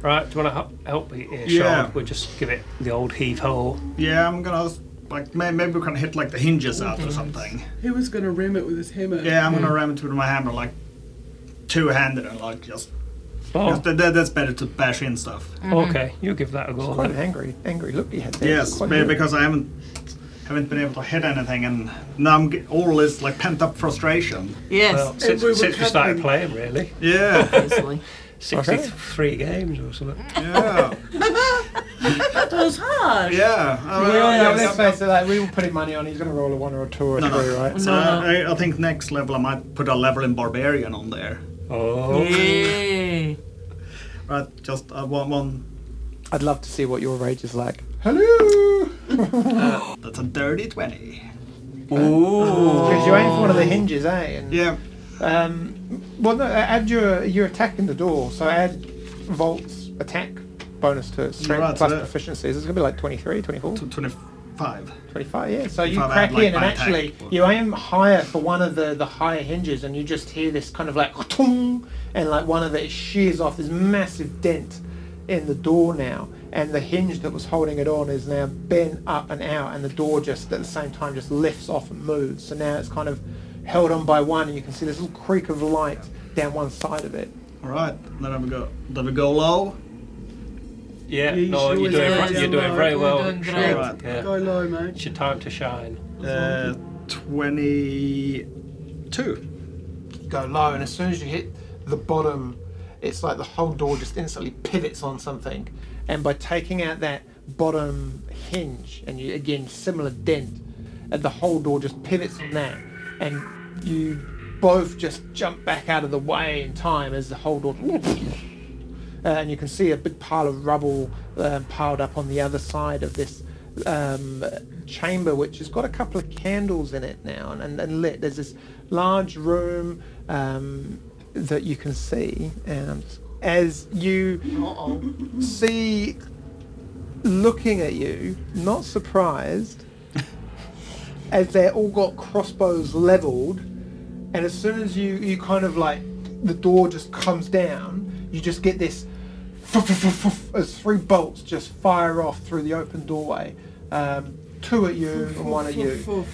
Speaker 2: Right. Do you want to help me here,
Speaker 5: Yeah.
Speaker 2: Sean? We'll just give it the old heave ho.
Speaker 5: Yeah, I'm gonna s- like may- maybe we can hit like the hinges out or something.
Speaker 4: He was gonna ram it with his hammer.
Speaker 5: Yeah, I'm
Speaker 1: Hmm.
Speaker 5: gonna ram it with my hammer like two-handed and like just.
Speaker 2: Oh,
Speaker 5: just- that- that- that's better to bash in stuff.
Speaker 2: okay. You give that a go.
Speaker 1: Quite an angry, angry look he had there.
Speaker 5: Yes,
Speaker 1: Quite
Speaker 5: maybe
Speaker 1: good.
Speaker 5: because I haven't haven't been able to hit anything, and now I'm g- all this like pent-up frustration.
Speaker 3: yes,
Speaker 2: Well, since,
Speaker 4: we were
Speaker 2: since we started
Speaker 4: covering-
Speaker 2: playing, really,
Speaker 1: (laughs)
Speaker 5: Yeah,
Speaker 3: obviously.
Speaker 2: sixty-three games or something.
Speaker 5: yeah,
Speaker 3: that was hard.
Speaker 5: Oh, yeah.
Speaker 1: Well,
Speaker 5: I-
Speaker 1: yeah,
Speaker 5: I-
Speaker 1: let's face it, like, we were putting money on he's going to roll a one or a two or a
Speaker 5: No, no.
Speaker 1: three, right?
Speaker 5: So I, I think next level I might put a level in barbarian on there.
Speaker 2: Oh,
Speaker 3: Yay.
Speaker 5: Right, just uh, one one.
Speaker 1: I'd love to see what your rage is like. Hello!
Speaker 5: That's a dirty twenty.
Speaker 1: Because you aim for one of the hinges, eh? And-
Speaker 5: Yeah.
Speaker 1: Um, well, no, add your your attack in the door. So add Volt's attack bonus to it, strength
Speaker 5: Right,
Speaker 1: plus
Speaker 5: so that-
Speaker 1: proficiencies. It's going to be like 23, 24,
Speaker 5: to 25.
Speaker 1: 25, yeah. So you
Speaker 5: If I
Speaker 1: crack
Speaker 5: add, like,
Speaker 1: in and
Speaker 5: my attack.
Speaker 1: actually you aim higher for one of the, the higher hinges and you just hear this kind of like "Tung," and like one of it shears off this massive dent in the door now and the hinge that was holding it on is now bent up and out and the door just at the same time just lifts off and moves. So now it's kind of held on by one and you can see this little creak of light down one side of it.
Speaker 5: All right. Then we go. Then we go low.
Speaker 2: Yeah,
Speaker 4: Yeah, you
Speaker 2: no,
Speaker 4: should
Speaker 2: you're doing,
Speaker 4: always
Speaker 2: right,
Speaker 4: go
Speaker 2: you're doing
Speaker 4: down
Speaker 2: very
Speaker 10: low.
Speaker 2: well.
Speaker 10: You're doing
Speaker 2: Sure.
Speaker 5: great.
Speaker 2: Yeah.
Speaker 4: Go low,
Speaker 2: It's
Speaker 4: mate.
Speaker 2: your time to shine.
Speaker 5: Uh, Twenty-two.
Speaker 1: go low, and as soon as you hit the bottom, it's like the whole door just instantly pivots on something. And by taking out that bottom hinge, and you again similar dent, and the whole door just pivots on that, and you both just jump back out of the way in time as the whole door. Uh, and you can see a big pile of rubble uh, piled up on the other side of this um, chamber, which has got a couple of candles in it now and, and, and lit. There's this large room um, that you can see, and as you see looking at you, not surprised, as they all got crossbows leveled, and as soon as you you kind of like the door just comes down, you just get this as three bolts just fire off through the open doorway. Um, two at you and one at you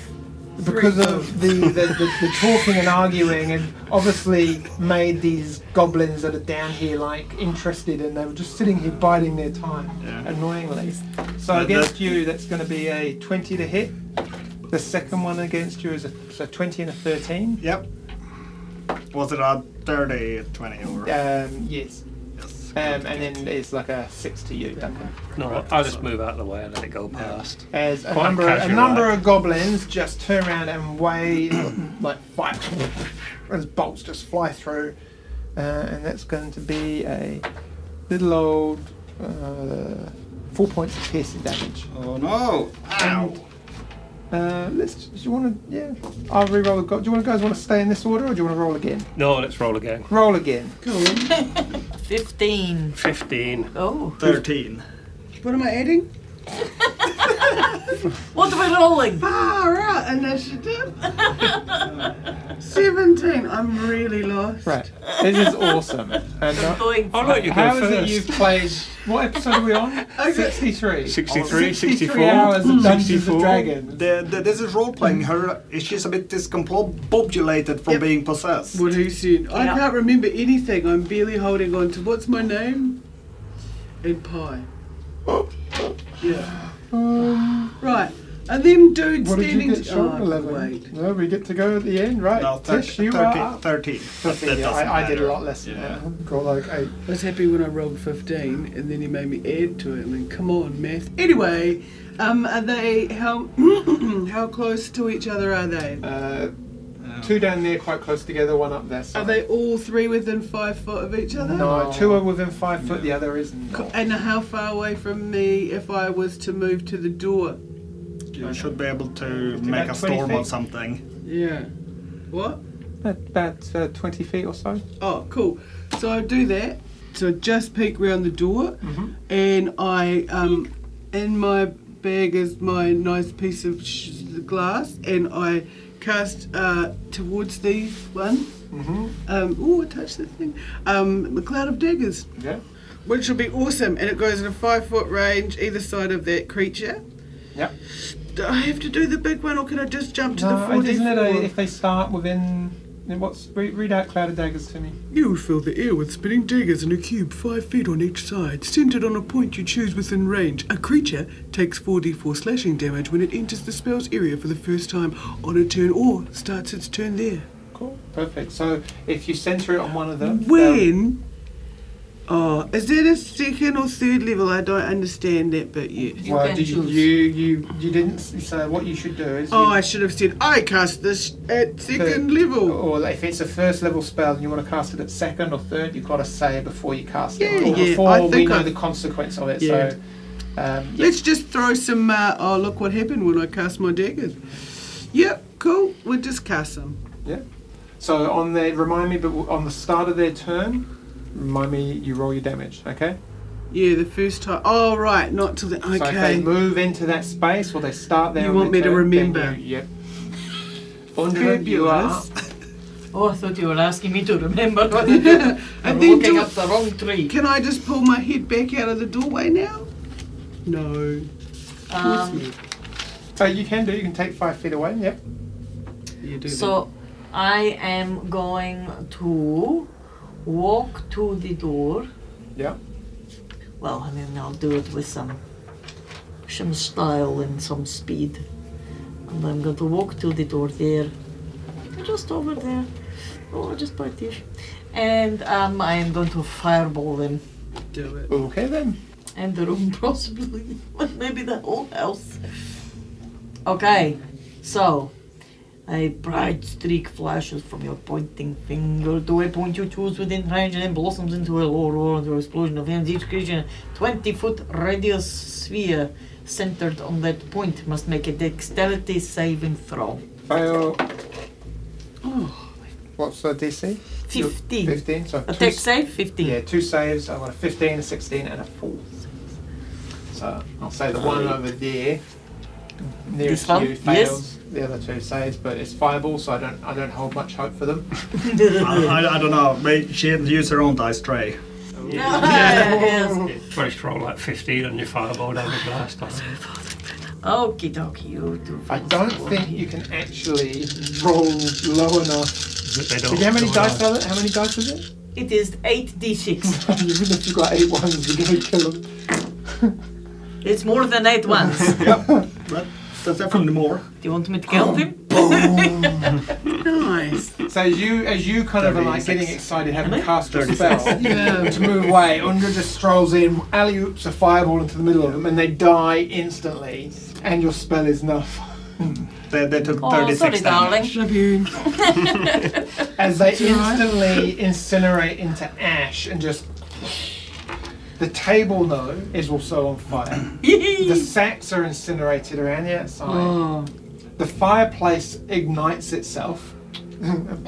Speaker 1: because of the, the, the, the talking and arguing and obviously made these goblins that are down here like interested and they were just sitting here biding their time
Speaker 5: Yeah.
Speaker 1: annoyingly so
Speaker 5: But
Speaker 1: against
Speaker 5: that-
Speaker 1: you that's going to be a 20 to hit the second one against you is a so 20 and a 13
Speaker 5: Yep. Was it a 30, 20 or?
Speaker 1: um, yes
Speaker 5: Yes.
Speaker 1: um, and then it's like a 6 to you Duncan.
Speaker 2: No, I'll just move out of the way and let it go past.
Speaker 1: as a
Speaker 2: Quite
Speaker 1: number, a
Speaker 2: casual,
Speaker 1: number
Speaker 2: like.
Speaker 1: of goblins just turn around and wave (coughs) like fire (laughs) as bolts just fly through, uh, and that's going to be a little old uh, four points of piercing damage.
Speaker 5: Oh no! Ow!
Speaker 1: Uh, let's. Do you want to? Yeah, I'll re-roll. the go- Do you want guys want to stay in this order, or do you want to roll again?
Speaker 2: No, let's roll again.
Speaker 1: Roll again.
Speaker 4: Go on.
Speaker 3: 15.
Speaker 2: 15.
Speaker 3: Oh.
Speaker 5: Thirteen.
Speaker 4: What am I adding?
Speaker 3: What are we rolling?
Speaker 4: Ah, right, (laughs) initiative. 17. I'm really lost.
Speaker 1: Right. This is awesome. And uh,
Speaker 3: Going
Speaker 2: Oh, look, you go
Speaker 1: how is
Speaker 2: first.
Speaker 1: it you've played? What episode are we on? Oh, Sixty-three. 63
Speaker 2: 63, 64.
Speaker 1: hours of Dungeons and
Speaker 2: 64.
Speaker 1: Dragons.
Speaker 5: The, the, this is role playing. Her she's a bit discombobulated from being possessed.
Speaker 4: What he said. I
Speaker 3: Yeah.
Speaker 4: can't remember anything. I'm barely holding on to what's my name? And
Speaker 5: (gasps)
Speaker 4: pie. Yeah. right. And them dudes
Speaker 1: What did
Speaker 4: standing
Speaker 1: you get,
Speaker 4: to-
Speaker 1: Sean?
Speaker 4: oh, wait.
Speaker 1: Eleven. No, we get to go at the end, right?
Speaker 5: No, thir-
Speaker 1: Tish, you are
Speaker 5: 13.
Speaker 1: up.
Speaker 5: 13. That
Speaker 1: Yeah,
Speaker 5: doesn't
Speaker 1: I, I did a
Speaker 5: matter.
Speaker 1: lot less. than
Speaker 5: Yeah.
Speaker 1: that. Got like eight.
Speaker 4: I was happy when I rolled 15 and then he made me add to it and then come on math. Anyway, um, are they how (clears throat) how close to each other are they?
Speaker 1: Uh, Two down there, quite close together. One up there.
Speaker 4: Are
Speaker 1: sorry.
Speaker 4: they all three within five foot of each other?
Speaker 1: No, two are within five foot. The other is
Speaker 4: Co-
Speaker 1: not.
Speaker 4: And how far away from me if I was to move to the door?
Speaker 5: You should be able to
Speaker 1: About
Speaker 5: make
Speaker 1: 20
Speaker 5: a storm or
Speaker 1: feet.
Speaker 5: something.
Speaker 4: Yeah. What?
Speaker 1: About uh, twenty feet or so.
Speaker 4: Oh, cool. So I do that. So I just peek round the door, and I um, in my bag is my nice piece of sh- glass, and I cast uh, towards these ones.
Speaker 1: Mm-hmm.
Speaker 4: Um, oh, I touched the thing. Um, a cloud of daggers,
Speaker 1: Yeah.
Speaker 4: which will be awesome, and it goes in a five foot range either side of that creature.
Speaker 1: Yep.
Speaker 4: Do I have to do the big one, or can I just jump to the
Speaker 1: No,
Speaker 4: four?
Speaker 1: isn't it a, if they start within? then What's read, read out cloud of daggers to me?
Speaker 4: You will fill the air with spinning daggers in a cube five feet on each side, centered on a point you choose within range. A creature takes 4d4 slashing damage when it enters the spell's area for the first time on a turn or starts its turn there.
Speaker 1: Cool. Perfect. So if you center it on one of them, they'll-
Speaker 4: When? Oh, is that a second or third level? I don't understand that bit yet.
Speaker 3: You
Speaker 1: well,
Speaker 3: can
Speaker 1: do you,
Speaker 3: choose.
Speaker 1: you you you didn't. s- So what you should do is.
Speaker 4: Oh,
Speaker 1: you-
Speaker 4: I should have said I cast this at
Speaker 1: Third.
Speaker 4: second
Speaker 1: Oh.
Speaker 4: level.
Speaker 1: Or if it's a first level spell and you want to cast it at second or third, you've got to say it before you cast it.
Speaker 4: Yeah,
Speaker 1: Or
Speaker 4: yeah,
Speaker 1: before
Speaker 4: I
Speaker 1: we
Speaker 4: think
Speaker 1: know
Speaker 4: I-
Speaker 1: the consequence of it.
Speaker 4: Yeah.
Speaker 1: So um, yeah,
Speaker 4: Let's just throw some. Uh, oh, look what happened when I cast my daggers. Yep, cool. We'll just cast them.
Speaker 1: yeah. So on the remind me, but on the start of their turn, remind me you roll your damage. Okay.
Speaker 4: Yeah, the first time. Oh, right, not till the.
Speaker 1: So if they
Speaker 4: (laughs) Okay.
Speaker 1: move into that space or they start there.
Speaker 4: You
Speaker 1: on
Speaker 4: want
Speaker 1: their
Speaker 4: me to
Speaker 1: turn, then
Speaker 4: remember?
Speaker 1: You, yep. Bondurant, you are.
Speaker 4: (laughs) Fabulous.
Speaker 3: Oh, I thought you were asking me to remember what I did. I'm
Speaker 4: then
Speaker 3: looking
Speaker 4: do-
Speaker 3: up the wrong tree.
Speaker 4: Can I just pull my head back out of the doorway now? No.
Speaker 3: Um,
Speaker 1: So Uh, you can do. You can take five feet away. Yep.
Speaker 4: You do
Speaker 3: so I am going to walk to the door.
Speaker 1: Yeah.
Speaker 3: Well, I mean, I'll do it with some, some style and some speed. And I'm going to walk to the door there, just over there, or just by there. And um, I am going to fireball them
Speaker 4: Do it.
Speaker 1: Okay then.
Speaker 3: and the room, (laughs) possibly, maybe the whole house. Okay, so a bright streak flashes from your pointing finger to a point you choose within range and blossoms into a low roar and explosion of ends. Each creature, 20 foot radius sphere centered on that point, must make a dexterity saving throw.
Speaker 1: Fail.
Speaker 4: Oh.
Speaker 1: What's the DC?
Speaker 3: 15.
Speaker 1: 15. So two
Speaker 3: Attack
Speaker 1: s-
Speaker 3: save 15. (laughs)
Speaker 1: Yeah, two saves. I want a 15, a 16, and a 4. So I'll say the one over there nearest
Speaker 3: This one?
Speaker 1: you fails. The other two saves, but it's fireball, so I don't I don't hold much hope for them.
Speaker 5: I, I, I don't know. Maybe she didn't use her own dice tray.
Speaker 3: Ah, Yes.
Speaker 2: First roll like 15 on your fireball damage last time.
Speaker 3: Okie dokie, you do.
Speaker 1: I don't think you can actually roll low enough.
Speaker 2: But they don't
Speaker 1: Did you, how many
Speaker 2: don't
Speaker 1: dice
Speaker 2: know.
Speaker 1: are there? How many dice is it?
Speaker 3: It is 8d6.
Speaker 1: Even if (laughs) you got eight ones, you're gonna kill them.
Speaker 3: It's more than eight ones. Do
Speaker 5: But that's definitely more.
Speaker 3: you want me to count him?
Speaker 4: Nice.
Speaker 1: So as you as you kind of are like
Speaker 5: 36.
Speaker 1: getting excited, having cast your spell,
Speaker 4: Yeah.
Speaker 1: to move away, Undra just strolls in, alley oops a fireball into the middle of them, and they die instantly. And your spell is enough.
Speaker 5: They, they took
Speaker 3: Oh,
Speaker 5: 36
Speaker 3: sorry,
Speaker 5: damage.
Speaker 3: darling.
Speaker 4: Love you.
Speaker 1: As they
Speaker 4: alright.
Speaker 1: instantly incinerate into ash and just. The table, though, is also on fire. the sacks are incinerated around the outside. The fireplace ignites itself.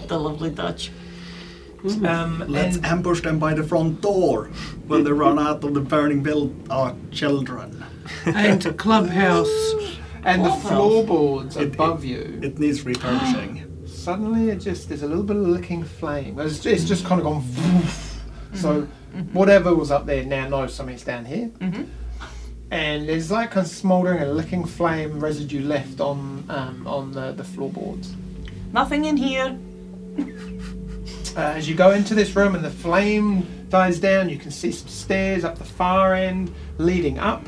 Speaker 3: The lovely Dutch.
Speaker 1: Um,
Speaker 5: Let's
Speaker 1: and
Speaker 5: ambush them by the front door when they run out of the burning build. Our children.
Speaker 4: And clubhouse.
Speaker 1: and the
Speaker 3: Awful.
Speaker 1: floorboards above you.
Speaker 5: It needs refurbishing.
Speaker 1: Suddenly, it just there's a little bit of licking flame. It's, it's just kind of gone. Woof. So, whatever was up there now knows something's down here. And there's like kind of smouldering and licking flame residue left on um, on the, the floorboards.
Speaker 3: Nothing in here.
Speaker 1: Uh, as you go into this room and the flame dies down, you can see some stairs up the far end leading up,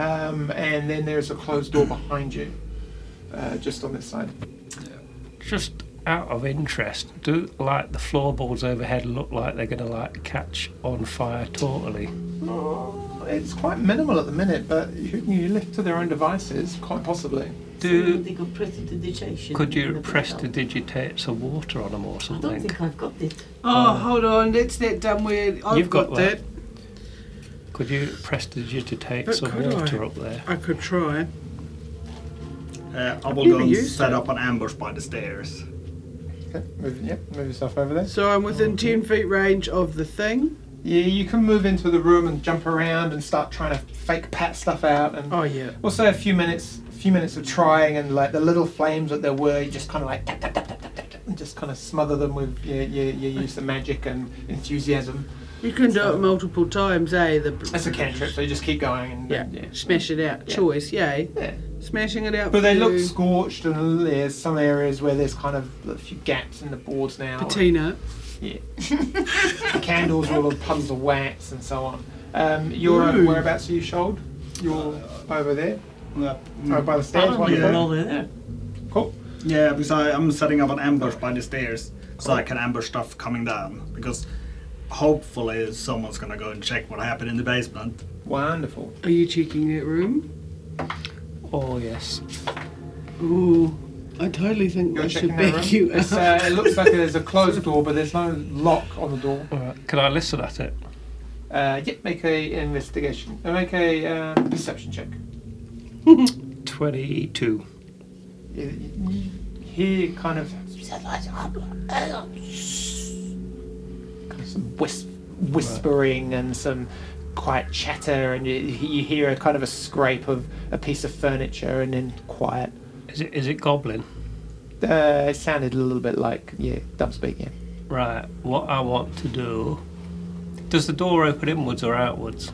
Speaker 1: um, and then there's a closed door behind you, uh, just on this side.
Speaker 2: Just out of interest, do like the floorboards overhead look like they're going to like catch on fire totally?
Speaker 1: Oh, It's quite minimal at the minute, but you, you left to their own devices, quite possibly.
Speaker 2: Do
Speaker 3: They got prestidigitation
Speaker 2: could
Speaker 3: in the
Speaker 2: you
Speaker 3: big bell.
Speaker 2: prestidigitate some water on them or
Speaker 3: I don't
Speaker 2: something?
Speaker 3: think I've got it.
Speaker 4: Oh, hold on. That's that dumb weird. I've
Speaker 2: You've got
Speaker 4: that.
Speaker 2: that. Could you prestidigitate
Speaker 4: But
Speaker 2: some
Speaker 4: could I?
Speaker 2: water up there?
Speaker 4: I could try.
Speaker 5: Uh, I will
Speaker 4: never
Speaker 5: go and
Speaker 4: used
Speaker 5: set
Speaker 4: it.
Speaker 5: up an ambush by the stairs.
Speaker 1: Okay, move, yep, move yourself over there.
Speaker 4: So I'm within 10 feet range of the thing.
Speaker 1: Yeah, you can move into the room and jump around and start trying to fake pat stuff out, and
Speaker 4: Oh, yeah.
Speaker 1: we'll say a few minutes, a few minutes of trying, and like the little flames that there were, you just kind of like tap tap tap tap tap tap, tap, and just kind of smother them with your, your, your use of magic and enthusiasm.
Speaker 4: You can do it multiple times, eh? The
Speaker 1: That's a cantrip, so you just keep going. And,
Speaker 4: Yeah.
Speaker 1: yeah.
Speaker 4: Smash it out.
Speaker 1: Yeah.
Speaker 4: Choice, yay.
Speaker 1: Yeah.
Speaker 4: Smashing it out.
Speaker 1: But they
Speaker 4: for
Speaker 1: look
Speaker 4: you.
Speaker 1: scorched, and there's some areas where there's kind of a few gaps in the boards now.
Speaker 4: Patina.
Speaker 1: (laughs) candles are all of puddles of wax and so on. Um, your
Speaker 4: Ooh.
Speaker 1: whereabouts are you shouldered? You're over there,
Speaker 5: Yeah,
Speaker 1: oh, by the
Speaker 3: I
Speaker 1: stairs.
Speaker 3: don't
Speaker 1: one
Speaker 3: even
Speaker 1: there.
Speaker 3: know they're there.
Speaker 1: Cool.
Speaker 5: yeah because I, I'm setting up an ambush by the stairs so I can ambush stuff coming down. Because hopefully someone's gonna go and check what happened in the basement.
Speaker 1: Wonderful.
Speaker 4: Are you checking that room?
Speaker 2: Oh yes.
Speaker 4: Ooh. I totally think
Speaker 1: You're
Speaker 4: I should
Speaker 1: checking that room.
Speaker 4: back you
Speaker 1: It's, uh, it looks like there's a closed door, but there's no lock on the door.
Speaker 2: All right. Can I listen at it?
Speaker 1: Uh, yep, make a investigation. Uh, make a uh, perception check.
Speaker 2: Twenty-two.
Speaker 1: You, you hear kind of kind of some whis- whispering and some quiet chatter, and you, you hear a kind of a scrape of a piece of furniture, and then quiet.
Speaker 2: Is it is it goblin?
Speaker 1: Uh, it sounded a little bit like yeah, dub speak. Yeah.
Speaker 2: Right. What I want to do. Does the door open inwards or outwards?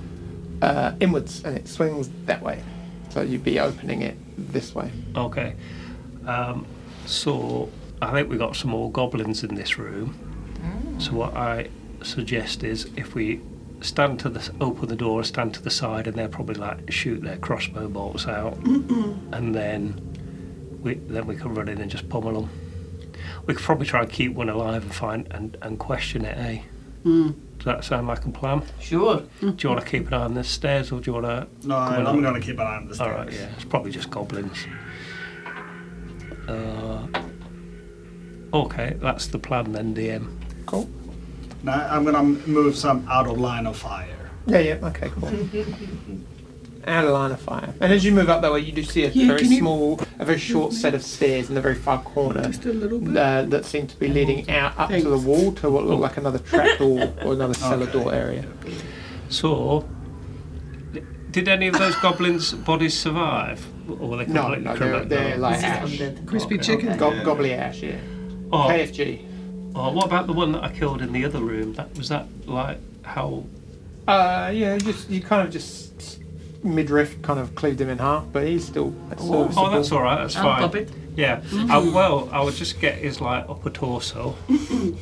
Speaker 1: Uh, inwards, and it swings that way, so you'd be opening it this way.
Speaker 2: Okay. Um, so I think we got some more goblins in this room. So what I suggest is if we stand to the s- open the door, stand to the side, and they're probably like shoot their crossbow bolts out, and then we then we can run in and just pummel them. We could probably try and keep one alive and find and, and question it. Eh? Does that sound like a plan?
Speaker 3: Sure.
Speaker 2: Do you want to keep an eye on the stairs, or do you want to?
Speaker 5: No,
Speaker 2: Come on,
Speaker 5: I'm
Speaker 2: look.
Speaker 5: gonna keep an eye on this.
Speaker 2: All right, yeah, it's probably just goblins. Uh, okay, that's the plan then, DM.
Speaker 1: Cool.
Speaker 5: Now I'm gonna move some out of line of fire.
Speaker 1: Yeah, yeah, okay,
Speaker 4: (laughs)
Speaker 1: cool. Out of line of fire. And as you move up that way, you do see a
Speaker 4: Yeah,
Speaker 1: very
Speaker 4: can you-
Speaker 1: small, a very short set of stairs in the very far corner
Speaker 4: Just a little bit.
Speaker 1: uh, that seem to be leading out up to the
Speaker 4: Thanks.
Speaker 1: wall to what look like another
Speaker 4: (laughs)
Speaker 1: trapdoor or another cellar door area.
Speaker 2: So, d- did any of those goblins' bodies survive, or were they
Speaker 1: No,
Speaker 2: completely
Speaker 1: no, they're,
Speaker 2: cremated?
Speaker 1: they're like
Speaker 3: This
Speaker 1: ash.
Speaker 3: is undead.
Speaker 4: (laughs) Crispy chicken.
Speaker 1: Go- Gobbly ash, yeah.
Speaker 2: Oh,
Speaker 1: KFG.
Speaker 2: oh, what about the one that I killed in the other room? That was that like how?
Speaker 1: Uh, yeah, just you kind of just midriff kind of cleaved him in half, but he's still that's serviceable.
Speaker 2: Oh, that's all right. That's fine.
Speaker 3: puppet.
Speaker 2: Yeah.
Speaker 4: Mm-hmm.
Speaker 2: Uh, well, I would just get his like upper torso.
Speaker 4: Mm-hmm.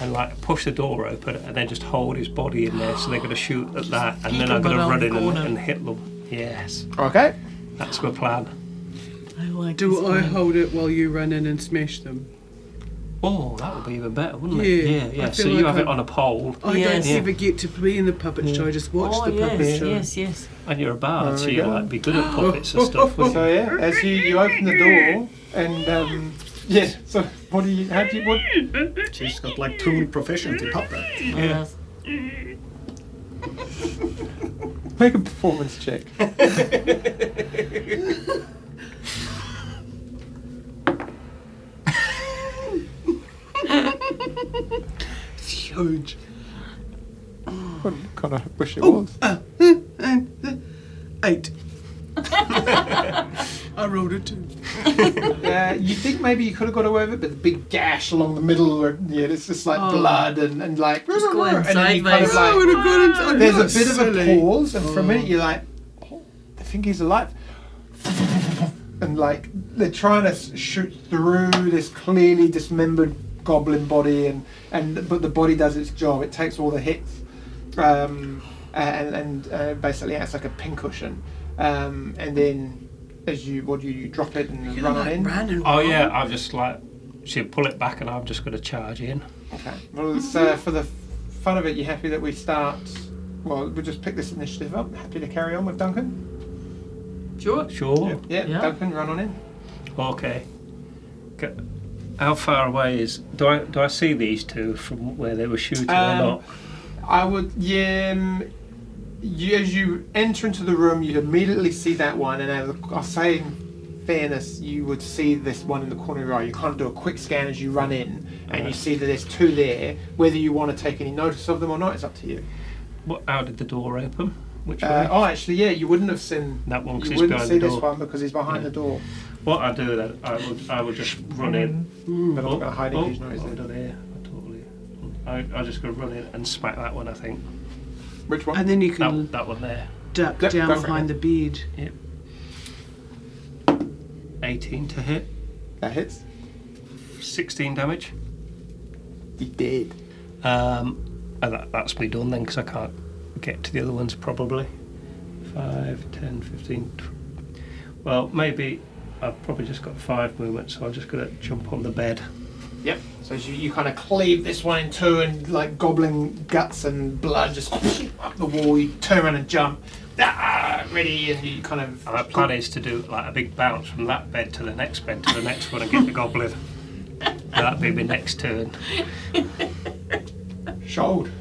Speaker 2: And like push the door open and then just hold his body in there, so they're going to shoot at that, and then
Speaker 3: keep
Speaker 2: I'm
Speaker 3: him
Speaker 2: going to
Speaker 3: around
Speaker 2: run
Speaker 3: the
Speaker 2: in and,
Speaker 3: corner.
Speaker 2: and hit them. Yes,
Speaker 1: Okay.
Speaker 2: that's my plan.
Speaker 3: Oh, I like
Speaker 4: Do
Speaker 3: this
Speaker 4: I
Speaker 3: plan.
Speaker 4: hold it while you run in and smash them?
Speaker 2: Oh, that would be even better, wouldn't it?
Speaker 4: Yeah,
Speaker 2: Yeah, yeah.
Speaker 4: I
Speaker 2: So
Speaker 4: feel
Speaker 2: you
Speaker 4: like
Speaker 2: have it
Speaker 4: I'm-
Speaker 2: on a pole,
Speaker 4: I
Speaker 3: Yes.
Speaker 4: don't ever get to be in the puppet show. I just watch
Speaker 3: Oh,
Speaker 4: the puppet
Speaker 3: yes,
Speaker 4: show.
Speaker 3: yes, yes.
Speaker 2: and you're a bard, so
Speaker 1: we
Speaker 2: you
Speaker 1: go.
Speaker 2: might be good (laughs) at puppets and stuff. wouldn't
Speaker 1: So
Speaker 2: you?
Speaker 1: yeah, as you, you open the door and um, yeah. So what do you? How do you? What?
Speaker 5: She's got like two proficiency puppet.
Speaker 2: Yeah.
Speaker 3: Yes.
Speaker 1: Make a performance (laughs) check.
Speaker 4: Huge.
Speaker 1: God, God, I wish it was.
Speaker 4: And the
Speaker 3: (laughs)
Speaker 4: eight. I rolled a two.
Speaker 1: Uh, you think maybe you could have got away with it, but the big gash along the middle, or, yeah, it's just like blood and, and like. Oh. Just
Speaker 3: going sideways.
Speaker 4: I would have got into. I'm
Speaker 1: there's a
Speaker 4: not
Speaker 1: bit of a
Speaker 4: silly.
Speaker 1: pause, and for a minute you're like, "Oh, I think he's alive. And like they're trying to s- shoot through this clearly dismembered goblin body, and and but the body does its job. It takes all the hits, um, and and uh, basically acts like a pincushion. Um, and then as you what do you, you drop it and run on in.
Speaker 4: Ran and
Speaker 2: Oh yeah, I'm just like she'll pull it back, and I'm just going to charge in.
Speaker 1: Okay. Well, it's, uh, for the fun of it, you happy that we start? Well, we'll just pick this initiative up. Happy to carry on with Duncan.
Speaker 3: Sure.
Speaker 2: Sure.
Speaker 1: Yeah,
Speaker 3: Yeah.
Speaker 1: Duncan, run on in.
Speaker 2: Okay. G- How far away is do I do I see these two from where they were shooting
Speaker 1: Um,
Speaker 2: or not?
Speaker 1: I would, yeah. Um, you, as you enter into the room, you immediately see that one, and as I'll say in fairness, you would see this one in the corner of your eye. You kind of do a quick scan as you run in, and you
Speaker 2: Alright.
Speaker 1: see that there's two there. Whether you want to take any notice of them or not, it's up to you.
Speaker 2: What, how did the door open? Which
Speaker 1: Uh,
Speaker 2: way?
Speaker 1: oh, actually, yeah, you wouldn't have seen
Speaker 2: That one, 'cause
Speaker 1: You
Speaker 2: it's
Speaker 1: wouldn't
Speaker 2: behind
Speaker 1: see
Speaker 2: the
Speaker 1: this
Speaker 2: door.
Speaker 1: one because he's behind the door.
Speaker 2: What I do then? I would I would just run in.
Speaker 1: But I've got a hiding
Speaker 2: oh,
Speaker 1: huge noise
Speaker 2: what have
Speaker 1: there.
Speaker 2: I done here? I totally. I, I just going to run in and smack that one. I think
Speaker 1: Which one?
Speaker 4: And then you can
Speaker 2: that, that one there.
Speaker 4: duck
Speaker 1: Yep,
Speaker 4: down
Speaker 1: go for it.
Speaker 4: behind the bed.
Speaker 2: Eighteen to hit.
Speaker 1: that hits.
Speaker 2: Sixteen damage.
Speaker 1: He did.
Speaker 2: Um, and that, that's me done then because I can't get to the other ones probably. 5, 10, 15. tw- Well, maybe I've probably just got five movements, so I'm just going to jump on the bed.
Speaker 1: Yep. So as you, you kind of cleave this one in two, and like goblin guts and blood just (laughs) up the wall. You turn around and jump. Ah, ready, and you kind of.
Speaker 2: And my plan is to do like a big bounce from that bed to the next bed to the next one and get the (laughs) goblin. That'd be my next turn.
Speaker 1: Shoulder.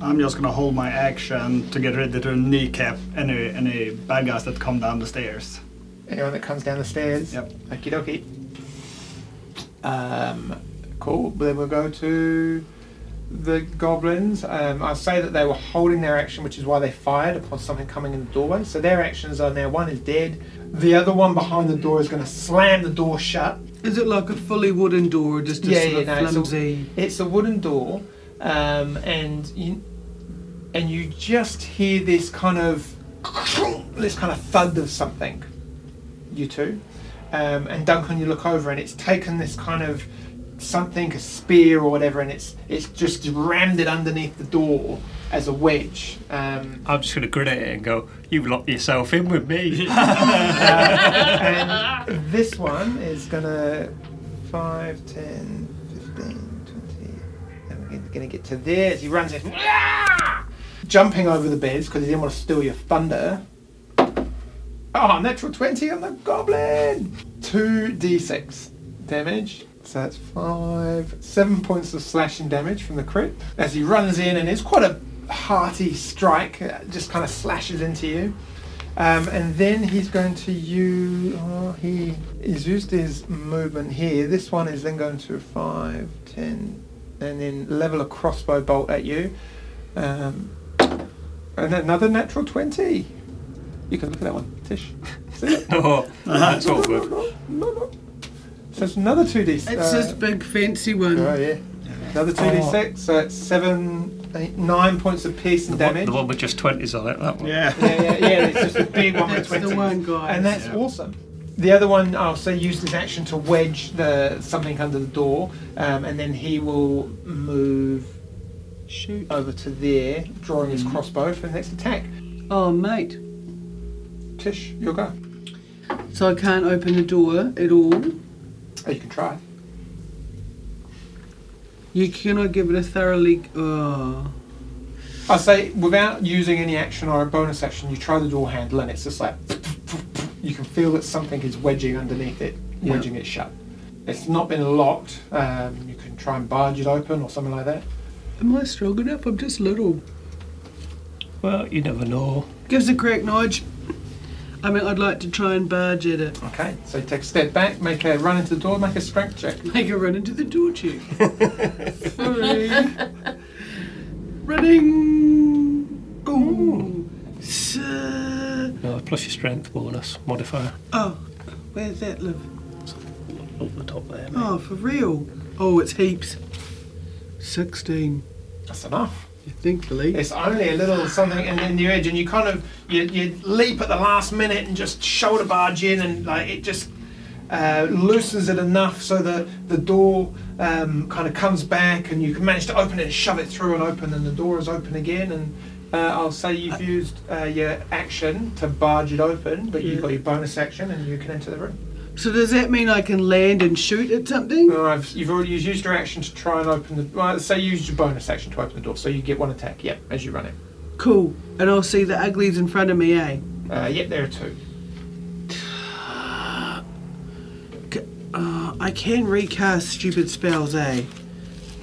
Speaker 5: I'm just gonna hold my action to get ready to kneecap any any bad guys that come down the stairs.
Speaker 1: Anyone that comes down the stairs.
Speaker 5: Yep.
Speaker 1: Okie dokie. Um, cool. Then we'll go to the goblins. Um, I say that they were holding their action, which is why they fired upon something coming in the doorway. So their actions are now one is dead. The other one behind the door is going to slam the door shut.
Speaker 4: Is it like a fully wooden door or just a
Speaker 1: Yeah,
Speaker 4: sort
Speaker 1: yeah,
Speaker 4: of
Speaker 1: no, it's all-
Speaker 4: flimsy?
Speaker 1: It's a wooden door, um, and you and you just hear this kind of this kind of thud of something. You two, um, and Duncan, you look over, and it's taken this kind of something, a spear or whatever, and it's it's just rammed it underneath the door as a wedge. Um,
Speaker 2: I'm just going to grin at it and go, you locked yourself in with me. (laughs)
Speaker 1: and this one is gonna 5, 10, 15, 20. And we're gonna get to there as he runs in. Jumping over the beds because he didn't want to steal your thunder. Oh, natural 20 on the goblin! 2d6 damage. So that's five, seven points of slashing damage from the crit as he runs in, and it's quite a hearty strike. uh, Just kind of slashes into you, um, and then he's going to use. Oh, he is used his movement here. This one is then going to five, ten, and then level a crossbow bolt at you, um, and another natural twenty. You can look at that one, Tish. See
Speaker 2: (laughs)
Speaker 1: it?
Speaker 2: no, that's all
Speaker 1: No,
Speaker 2: good.
Speaker 1: no, no, no. So it's another 2d6.
Speaker 4: It's this big fancy one.
Speaker 1: Oh, yeah. Another
Speaker 4: Oh.
Speaker 1: 2d6, so it's 7, 8, 9 points of piercing
Speaker 2: The one-
Speaker 1: damage.
Speaker 2: The one with just 20s on it, that one.
Speaker 5: Yeah.
Speaker 1: Yeah, yeah, yeah, it's just a big one with
Speaker 4: That's
Speaker 1: 20s.
Speaker 4: the one, guys.
Speaker 1: And that's
Speaker 5: Yeah.
Speaker 1: awesome. The other one, I'll say, used his action to wedge the something under the door, um, and then he will move
Speaker 4: Shoot.
Speaker 1: over to there, drawing his crossbow for the next attack.
Speaker 4: Oh, mate.
Speaker 1: Tish, your go.
Speaker 4: So I can't open the door at all.
Speaker 1: Oh, you can try.
Speaker 4: You cannot give it a thoroughly. Oh.
Speaker 1: I say, without using any action or a bonus action, you try the door handle and it's just like you can feel that something is wedging underneath it,
Speaker 4: Yeah.
Speaker 1: wedging it shut. It's not been locked. Um, you can try and barge it open or something like that.
Speaker 4: Am I strong enough? I'm just little.
Speaker 2: Well, you never know.
Speaker 4: Gives a crack, Nige. I mean, I'd like to try and barge at it.
Speaker 1: Okay, so you take a step back, make a run into the door, make a strength check.
Speaker 4: Make a run into the door check. Sorry. Running. Go. S-
Speaker 2: No, plus your strength bonus modifier
Speaker 4: Oh, where's that live?
Speaker 2: up the top there.
Speaker 4: Oh, for real. Oh, it's heaps. 16,
Speaker 1: That's enough.
Speaker 4: thankfully.
Speaker 1: It's only a little something in, in the edge, and you kind of you, you leap at the last minute and just shoulder barge in, and like it just uh, loosens it enough so that the door um, kind of comes back, and you can manage to open it and shove it through and open, and the door is open again. And uh, I'll say you've used uh, your action to barge it open, but you've got your bonus action, and you can enter the room.
Speaker 4: So does that mean I can land and shoot at something?
Speaker 1: No, I've, you've already used your action to try and open the. Well, say you used your bonus action to open the door, so you get one attack. Yep, as you run it.
Speaker 4: Cool. And I'll see the uglies in front of me, eh?
Speaker 1: Uh, yep, there are two.
Speaker 4: Uh, I can recast stupid spells, eh?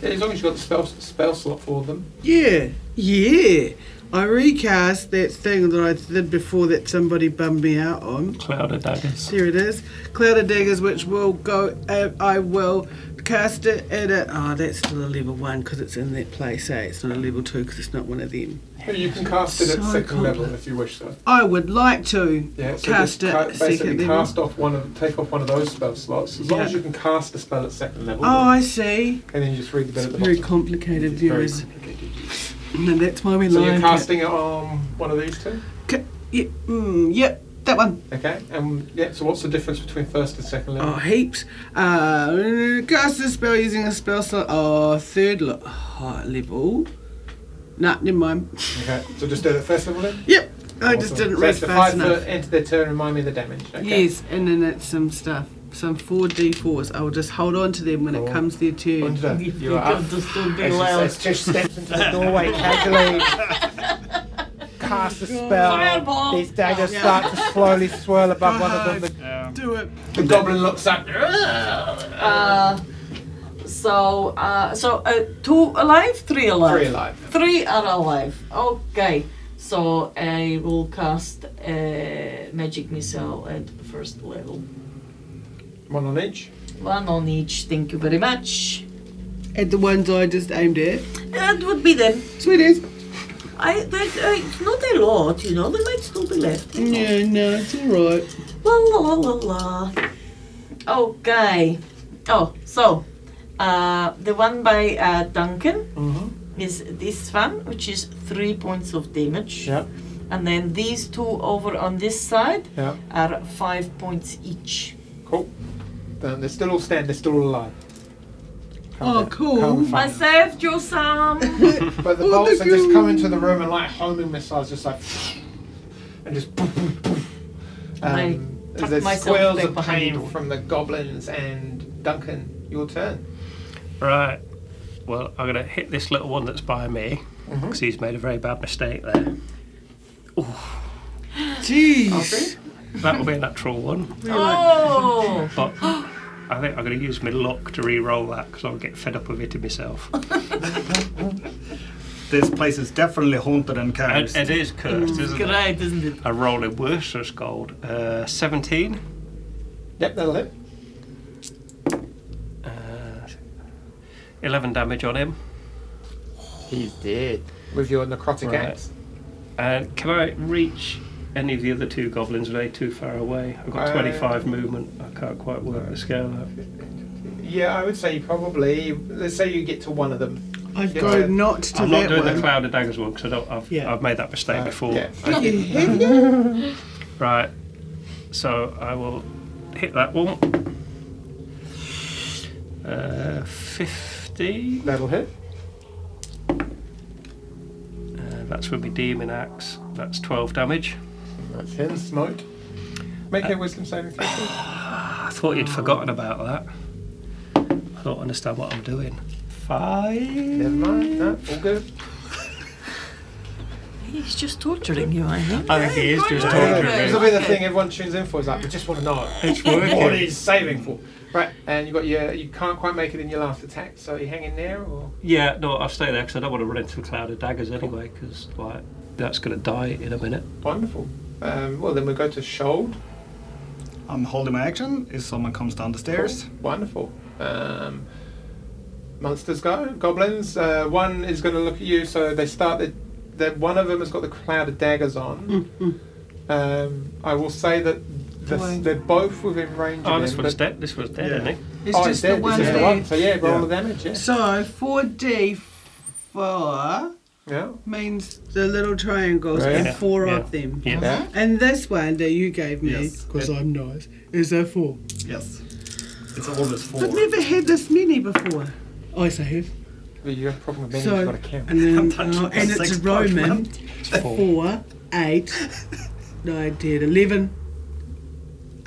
Speaker 1: Yeah, as long as you've got the spell, spell slot for them.
Speaker 4: Yeah. Yeah. I recast that thing that I did before that somebody bummed me out on.
Speaker 2: Cloud of daggers.
Speaker 4: Here it is. Cloud of Daggers, which will go. Uh, I will cast it at a. Oh, that's still a level one because it's in that place, eh? It's not a level two because it's not one of them.
Speaker 1: But you can cast it at
Speaker 4: So
Speaker 1: second
Speaker 4: cool.
Speaker 1: level if you wish so.
Speaker 4: I would like to
Speaker 1: Yeah, so
Speaker 4: cast it
Speaker 1: just ca-
Speaker 4: at
Speaker 1: basically
Speaker 4: second level.
Speaker 1: cast off one of take off one of those spell slots. As long
Speaker 4: Yeah.
Speaker 1: as you can cast a spell at second level,
Speaker 4: Oh,
Speaker 1: then-
Speaker 4: I see.
Speaker 1: and then you just read the bit
Speaker 4: It's
Speaker 1: at the
Speaker 4: very
Speaker 1: bottom.
Speaker 4: complicated,
Speaker 1: It's very
Speaker 4: viewers.
Speaker 1: complicated.
Speaker 4: And that's why we
Speaker 1: So
Speaker 4: like
Speaker 1: you're
Speaker 4: it.
Speaker 1: casting it on one of these two,
Speaker 4: Ca- yeah, mm, yep, that one.
Speaker 1: okay? And yeah, so what's the difference between first and second level?
Speaker 4: Oh, heaps. Uh, cast a spell using a spell slot. Oh, third lo- oh, level. Nah, never mind.
Speaker 1: Okay, so just do it at first level then.
Speaker 4: Yep, I just
Speaker 1: Awesome.
Speaker 4: didn't
Speaker 1: so
Speaker 4: read
Speaker 1: it's the five
Speaker 4: fast enough.
Speaker 1: foot into their turn. Remind me of the damage. Okay.
Speaker 4: Yes, and then it's some stuff, some four d4s. I will just hold on to them when
Speaker 1: Cool.
Speaker 4: it comes their turn.
Speaker 1: Under.
Speaker 3: If
Speaker 1: You are up.
Speaker 3: comes to still be
Speaker 1: As you
Speaker 3: loud.
Speaker 1: as Tish steps into the (laughs) doorway casually, casts a spell.
Speaker 3: Fireball!
Speaker 1: These daggers start to slowly swirl above one of them.
Speaker 4: Do it.
Speaker 1: The, the goblin looks up.
Speaker 3: Uh, so, uh, so uh, two alive, three alive.
Speaker 1: Three alive.
Speaker 3: Three are alive. Okay. So I will cast a magic missile at the first level.
Speaker 1: One on each.
Speaker 3: One on each. Thank you very much.
Speaker 4: At the ones I just aimed at.
Speaker 3: That would be them.
Speaker 4: Sweeties.
Speaker 3: I, that, I not a lot, you know. They might still be left.
Speaker 4: Mm, Yeah, no, it's alright.
Speaker 3: La la la la. Okay. Oh, so uh, the one by uh, Duncan
Speaker 1: Mm-hmm.
Speaker 3: is this one, which is three points of damage.
Speaker 1: Yeah.
Speaker 3: And then these two over on this side
Speaker 1: Yeah.
Speaker 3: are five points each.
Speaker 1: Cool. Then they're still all stand. They're still all alive. Can't
Speaker 4: Oh,
Speaker 1: get-
Speaker 4: cool.
Speaker 1: can't
Speaker 3: I
Speaker 1: find them.
Speaker 3: saved
Speaker 1: (laughs)
Speaker 3: you some.
Speaker 1: But the
Speaker 4: Oh,
Speaker 1: bolts
Speaker 4: the
Speaker 1: are just
Speaker 4: goo.
Speaker 1: come into the room and like homing missiles, just like and just. Boom, boom, boom.
Speaker 3: I tuck
Speaker 1: Um, there's
Speaker 3: myself
Speaker 1: squeals
Speaker 3: back
Speaker 1: of
Speaker 3: behind the
Speaker 1: pain
Speaker 3: door.
Speaker 1: from the goblins and Duncan. Your turn.
Speaker 2: Right. Well, I'm going to hit this little one that's by me because he's made a very bad mistake there.
Speaker 4: Jeez.
Speaker 2: That will be a natural one,
Speaker 3: Oh,
Speaker 2: (gasps) but I think I'm going to use my luck to re-roll that because I'll get fed up with it myself.
Speaker 5: This place is definitely haunted and
Speaker 2: It,
Speaker 5: cursed.
Speaker 2: it is cursed, isn't it?
Speaker 3: great, isn't it?
Speaker 2: I rolled Mm. a worthless gold. Uh, 17.
Speaker 1: Yep, that'll hit.
Speaker 2: Uh, 11 damage on him.
Speaker 9: He's dead.
Speaker 1: With your necrotic
Speaker 2: Right.
Speaker 1: axe.
Speaker 2: And Uh, can I reach any of the other two goblins? Are they too far away? I've got
Speaker 1: Uh,
Speaker 2: 25 movement. I can't quite work the scale out.
Speaker 1: Yeah, I would say you probably. Let's say you get to one of them.
Speaker 4: I'd
Speaker 1: Yeah.
Speaker 4: go not to
Speaker 2: I'm
Speaker 4: that
Speaker 2: not doing
Speaker 4: one.
Speaker 2: the cloud of daggers one because I don't. I've,
Speaker 4: Yeah.
Speaker 2: I've made that mistake
Speaker 1: Uh,
Speaker 2: before.
Speaker 1: yeah.
Speaker 2: Right. So I will hit that one. Uh, 50.
Speaker 1: That'll hit.
Speaker 2: Uh, that's with my demon axe. That's 12 damage.
Speaker 1: That's him. Smoked. Make a wisdom saving throw. please.
Speaker 2: I thought you'd forgotten about that. I don't understand what I'm doing. Five.
Speaker 1: Never mind. No, all good.
Speaker 3: He's just torturing you, I think.
Speaker 2: I think he is just torturing me.
Speaker 1: This will be the thing everyone tunes in for. Is like, we just want to know
Speaker 2: It's
Speaker 4: (laughs)
Speaker 1: what
Speaker 2: working.
Speaker 1: he's saving for. Right, and you got your. You can't quite make it in your last attack, so you hang in there, or
Speaker 2: (laughs) Yeah, no, I'll stay there because I don't want to run into the cloud of daggers anyway because like, that's going to die in a minute.
Speaker 1: wonderful. Um, well, then we go to Shold.
Speaker 5: I'm holding my action if someone comes down the stairs.
Speaker 1: Wonderful. Um, monsters go. Goblins. Uh, one is going to look at you, so they start. The, the, one of them has got the cloud of daggers
Speaker 4: Mm,
Speaker 1: on. Um, I will say that the,
Speaker 4: Why?
Speaker 1: they're both within range
Speaker 2: Oh,
Speaker 1: of
Speaker 2: this
Speaker 1: him,
Speaker 2: one's
Speaker 1: but-
Speaker 2: dead. This one's dead,
Speaker 5: Yeah.
Speaker 2: isn't it?
Speaker 4: It's
Speaker 1: Oh,
Speaker 4: just
Speaker 1: dead.
Speaker 4: the one
Speaker 1: it's just the
Speaker 4: there.
Speaker 1: one. So yeah, roll
Speaker 5: Yeah.
Speaker 1: the damage. Yeah.
Speaker 4: So 4d4
Speaker 1: yeah.
Speaker 4: means the little triangles
Speaker 1: Right.
Speaker 4: and
Speaker 2: Yeah,
Speaker 4: four
Speaker 2: yeah.
Speaker 4: of them.
Speaker 2: Yeah.
Speaker 1: Yeah.
Speaker 4: And this one that you gave me,
Speaker 5: Yes.
Speaker 4: because I'm nice, is a four.
Speaker 5: Yes. It's always four.
Speaker 4: I've never had this many before. Oh, yes, I have.
Speaker 1: But you have a problem with being
Speaker 4: So-
Speaker 1: you've got a count.
Speaker 4: And then,
Speaker 5: touching
Speaker 4: uh,
Speaker 5: my
Speaker 4: and it's
Speaker 5: six
Speaker 4: Roman.
Speaker 5: parchment.
Speaker 4: Four, eight, nine, ten, eleven.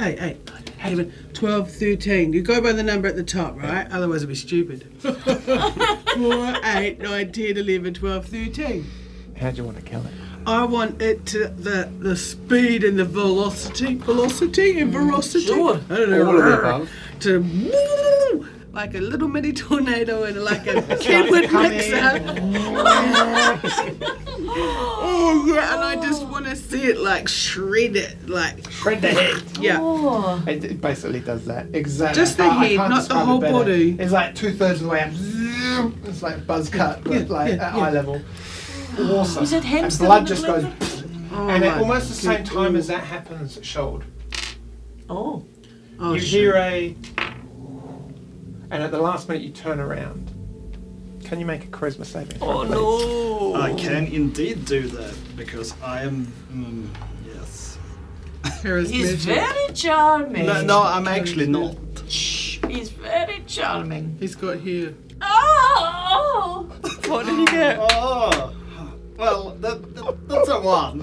Speaker 4: Eight, eight, nine, ten, eleven, twelve, thirteen. You go by the number at the top, right? Otherwise, it'd be stupid. (laughs) Four, eight, nine, ten, eleven, twelve, thirteen.
Speaker 1: How do you want to kill it?
Speaker 4: I want it to the the speed and the velocity, velocity and veracity.
Speaker 3: sure.
Speaker 4: I don't know.
Speaker 1: All of the
Speaker 4: rrr,
Speaker 1: above.
Speaker 4: To woo, like a little mini tornado and
Speaker 1: (laughs)
Speaker 4: like a Kenwood mixer. oh yeah, and I just want to see it like shred it, like
Speaker 1: Shred the head.
Speaker 4: yeah.
Speaker 3: Oh,
Speaker 1: (laughs) It, it basically does that. Exactly. Oh,
Speaker 4: Just the
Speaker 1: I can't
Speaker 4: head, not the
Speaker 1: describe it
Speaker 4: whole
Speaker 1: better.
Speaker 4: body.
Speaker 1: It's like two thirds of the way up. Zoom. It's like buzz cut, but like at eye level. Awesome.
Speaker 3: (gasps) Is it
Speaker 1: and
Speaker 3: hamster
Speaker 1: blood
Speaker 3: in a
Speaker 1: just goes.
Speaker 4: Oh,
Speaker 1: and at
Speaker 4: my
Speaker 1: almost the same
Speaker 4: good-
Speaker 1: time as that happens, Shold,
Speaker 3: oh,
Speaker 4: oh,
Speaker 1: you
Speaker 4: shit.
Speaker 1: hear a. And at the last minute, you turn around. Can you make a charisma saving? throw, please?
Speaker 3: Oh, no.
Speaker 5: I can indeed do that because I am. Mm, yes.
Speaker 4: Oh,
Speaker 3: He's
Speaker 4: Charismatic.
Speaker 3: very charming.
Speaker 5: No, no, I'm actually not.
Speaker 3: Shh, He's very charming.
Speaker 4: He's got hair.
Speaker 3: Oh,
Speaker 9: What did he get?
Speaker 5: Oh. Well, that, that, that's a one.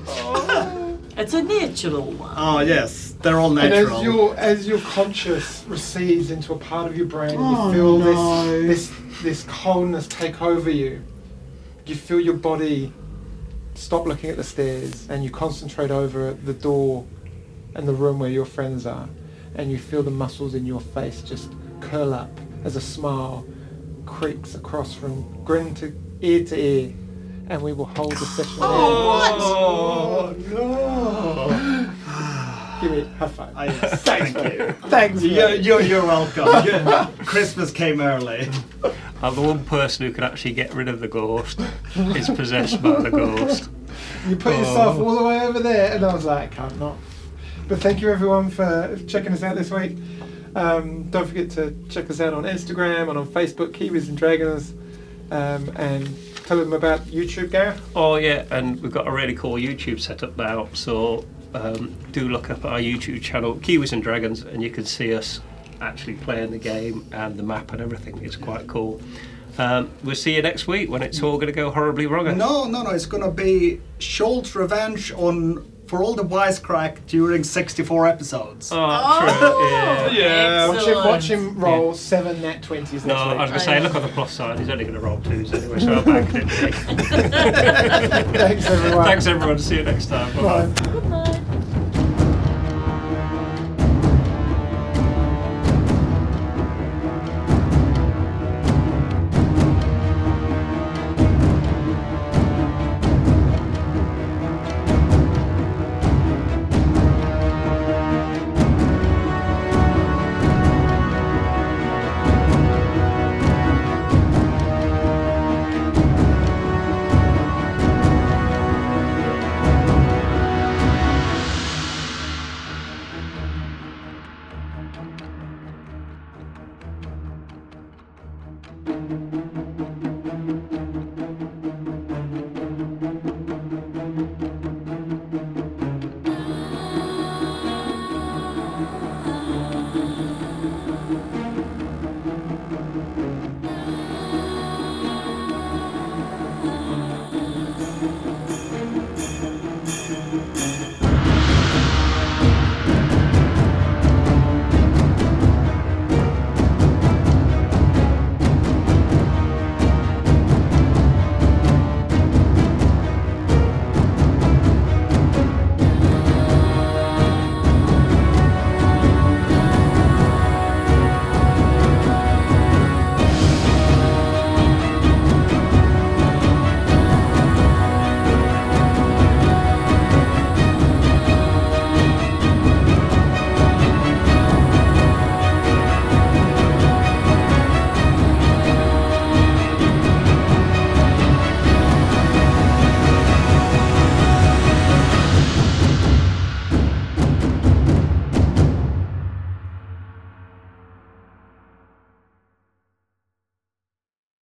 Speaker 3: it's a natural one.
Speaker 5: Oh yes, they're all
Speaker 1: And
Speaker 5: natural.
Speaker 1: as your as your conscious recedes into a part of your brain,
Speaker 4: Oh,
Speaker 1: and you feel
Speaker 4: no.
Speaker 1: this this this coldness take over you. You feel your body stop looking at the stairs, and you concentrate over the door and the room where your friends are, and you feel the muscles in your face just curl up as a smile creaks across from grin to ear to ear, and we will hold the session.
Speaker 2: Oh,
Speaker 1: there. Give me a high five.
Speaker 5: Ah, yes,
Speaker 1: Thanks,
Speaker 5: (laughs) thank you.
Speaker 1: Thanks.
Speaker 5: You're, you're, you're welcome. Yeah, Christmas came early.
Speaker 2: I'm the one person who can actually get rid of the ghost. is possessed by the ghost.
Speaker 1: You put yourself
Speaker 2: Oh.
Speaker 1: all the way over there, and I was like, I can't not. But thank you everyone for checking us out this week. Um, don't forget to check us out on Instagram and on Facebook, Kiwis and Dragons, um, and tell them about YouTube, Gareth.
Speaker 2: Oh yeah, and we've got a really cool YouTube setup now. So um, do look up our YouTube channel, Kiwis and Dragons, and you can see us actually playing the game and the map and everything. It's quite cool. Um, we'll see you next week when it's all going to go horribly wrong.
Speaker 5: No, no, no. It's gonna be Schultz revenge on for all the wisecrack during 64 episodes.
Speaker 2: Oh, Ah, true. Yeah.
Speaker 12: Yeah.
Speaker 1: Uh, Watch him, watch him roll
Speaker 2: Yeah.
Speaker 1: seven nat 20s next
Speaker 2: No, I was
Speaker 1: week.
Speaker 2: going to say, look on the plus side, he's only going to roll twos anyway, so I'm
Speaker 5: (laughs)
Speaker 2: banking it.
Speaker 1: Thanks, everyone.
Speaker 2: Thanks, everyone. See you next time. Bye-bye.
Speaker 1: Bye.
Speaker 12: Good night.